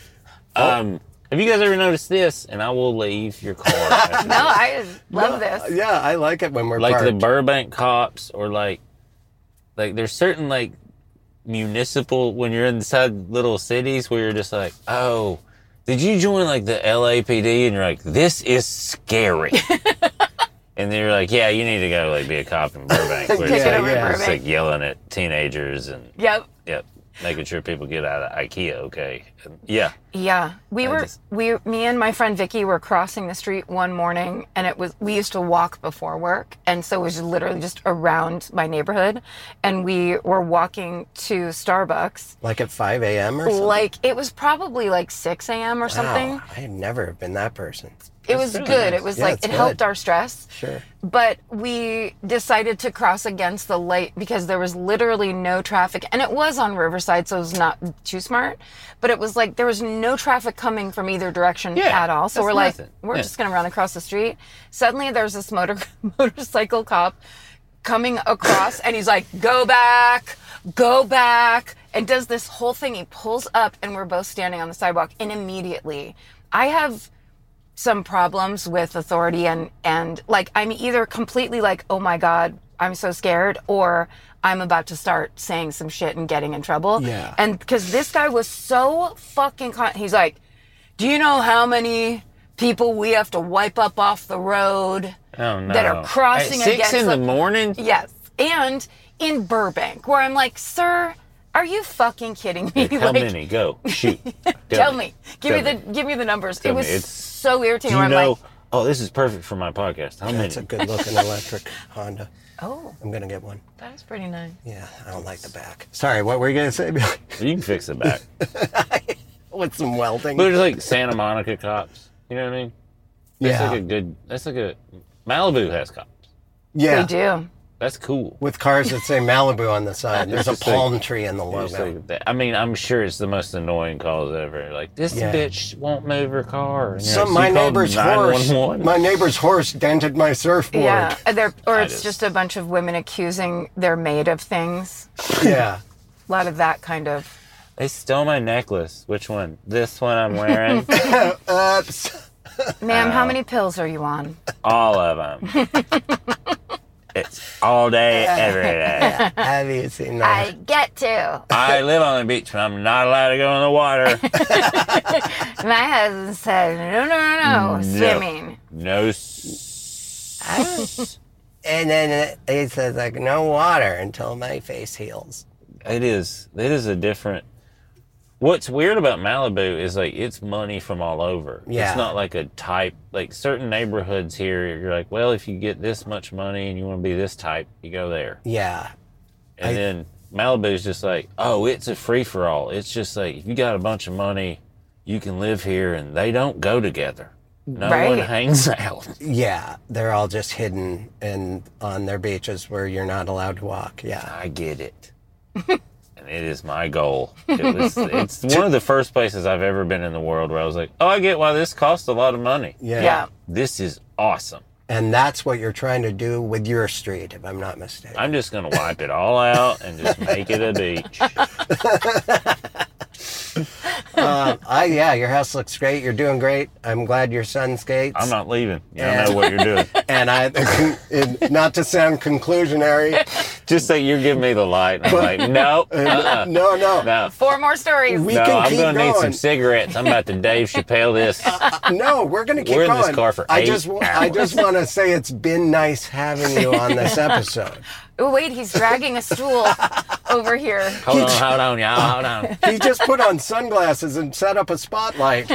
D: um, have you guys ever noticed this? And I will leave your car. at
C: No, Oh, I love this.
B: Yeah, I like it when we're
D: like the
B: parked.
D: Burbank cops or like like there's certain like municipal when you're inside little cities where you're just like, oh, did you join like the LAPD? And you're like, this is scary. and then you're like, yeah, you need to go like be a cop in Burbank. Where
C: Take
D: it's
C: it
D: like,
C: over to
D: it's
C: Burbank.
D: like yelling at teenagers and
C: Yep.
D: yep, making sure people get out of IKEA. Okay, And, yeah,
C: Yeah, we were
D: just-
C: we me and my friend Vicky were crossing the street one morning, and it was we used to walk before work, and so it was literally just around my neighborhood, and we were walking to Starbucks.
B: Like at 5 a.m. or something?
C: Like it was probably like six a.m. or something.
B: Wow, I have never have been that person.
C: It was good. It was
B: Yeah,
C: like
B: it's
C: it helped
B: good.
C: our stress.
B: Sure.
C: but we decided to cross against the light because there was literally no traffic and it was on riverside so it was not too smart but it was like there was no traffic coming from either direction
D: Yeah,
C: at all. So
D: that's
C: we're like,
D: nothing.
C: we're
D: Yeah.
C: just gonna run across the street. Suddenly, there's this motor motorcycle cop coming across, and he's like, "Go back, go back," and does this whole thing. He pulls up, and we're both standing on the sidewalk, and immediately, I have some problems with authority and and like I'm either completely like oh my god I'm so scared or I'm about to start saying some shit and getting in trouble.
B: Yeah.
C: And because this guy was so fucking con- he's like, do you know how many people we have to wipe up off the road?
D: Oh no.
C: That are crossing
D: At six
C: against
D: in the
C: the-
D: morning.
C: Yes. And in Burbank, where I'm like, sir, are you fucking kidding me?
D: How
C: like,
D: many? Go shoot.
C: Tell me. Give
D: Tell
C: me the give me the numbers.
D: Tell
C: it
D: me.
C: was
D: It's-
C: so irritating.
D: Do
C: where
D: you
C: I'm
D: know?
C: like,
D: Oh, this is perfect for my podcast. How many?
B: It's a good looking electric Honda.
C: oh,
B: I'm gonna get one.
C: that is pretty nice.
B: Yeah, I don't like the back. Sorry, what were you gonna say? Billy?
D: You can fix the back.
B: With some welding.
D: but it's like Santa Monica cops. You know what I mean? That's
B: yeah,
D: like a good. That's like a Malibu has cops.
B: yeah.
C: They do.
D: That's cool.
B: With cars that say Malibu on the side, there's a
D: It's like-
B: palm tree in the
D: It's
B: logo.
D: like that- I mean, I'm sure it's the most annoying calls ever. Like this
B: Yeah.
D: bitch won't move her car. And you're
B: Some my
D: like, "You called
B: neighbor's horse.
D: 911?"
B: My neighbor's horse dented my surfboard.
C: Yeah, and they're, or
D: That
C: it's
D: is-
C: just a bunch of women accusing their maid of things.
B: Yeah.
C: A lot of that kind of.
D: They stole my necklace. Which one? This one I'm wearing.
B: Oops.
C: Ma'am, how many pills are you on?
D: all of them. it's all day, every day.
B: Have you seen that?
C: get to.
D: I live on the beach, but I'm not allowed to go in the water.
C: My husband said, no, no, no, no, swimming.
D: No. s-
B: and then it, it says like no water until my face heals.
D: it is. It is a different. What's weird about Malibu is like it's money from all over.
B: Yeah.
D: It's not like a type. Like certain neighborhoods here, you're like, well, if you get this much money and you want to be this type, you go there.
B: Yeah.
D: And
B: I-
D: then Malibu's just like, oh, it's a free for all. It's just like if you got a bunch of money, you can live here, and they don't go together. No one
C: Right.
D: hangs out.
B: Yeah. They're all just hidden and on their beaches where you're not allowed to walk. Yeah.
D: I get it. and it is my goal. It was, it's one of the first places I've ever been in the world where I was like, oh, I get why this costs a lot of money.
B: Yeah.
C: Yeah.
D: This is awesome.
B: And that's what you're trying to do with your street, if I'm not mistaken.
D: I'm just going to wipe it all out and just make it a beach.
B: um, I, yeah, your house looks great. You're doing great. I'm glad your son skates.
D: I'm not leaving. You don't know what you're doing.
B: And I, it, not to sound conclusionary,
D: Just say you're giving me the light. And I'm like, no,
B: uh,
D: uh-uh,
B: no, no,
D: no.
C: Four more stories.
B: We
D: No,
B: can
D: I'm
B: keep
D: gonna need
B: going. Uh,
D: some cigarettes. I'm about to Dave Chappelle this.
B: no, we're gonna keep
D: We're in
B: going.
D: this car for
B: I
D: eight
B: just, wa- I just want to say it's been nice having you on this episode.
C: oh, wait, he's dragging a stool over here.
D: Hold on, hold on, y'all, hold on.
B: he just put on sunglasses and set up a spotlight.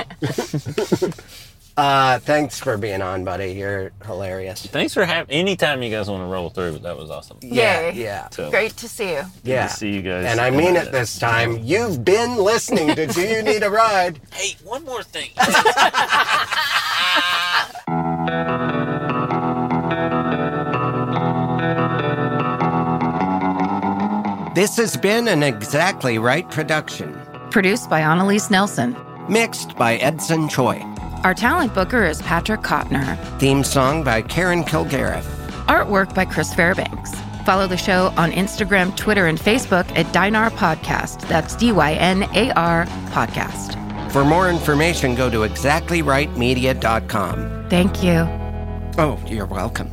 B: uh, thanks for being on, buddy. You're hilarious.
D: Thanks for having. Anytime you guys want to roll through, that was awesome.
B: Yeah,
C: Yay.
B: yeah,
D: So,
C: Great to see you.
D: good
B: yeah.
D: to see you guys.
B: And I mean it this time. You've been listening to Do You Need a Ride?
D: Hey, one more thing.
B: This has been an Exactly Right production,
C: Produced by Annalise Nelson.
B: mixed by Edson Choi.
C: Our talent booker is Patrick Kottner.
B: Theme song by Karen Kilgariff.
C: Artwork by Chris Fairbanks. Follow the show on Instagram, Twitter, and Facebook at Dinar Podcast. That's D Y N A R Podcast.
B: For more information, go to exactlyrightmedia.com.
C: Thank you.
B: Oh, you're welcome.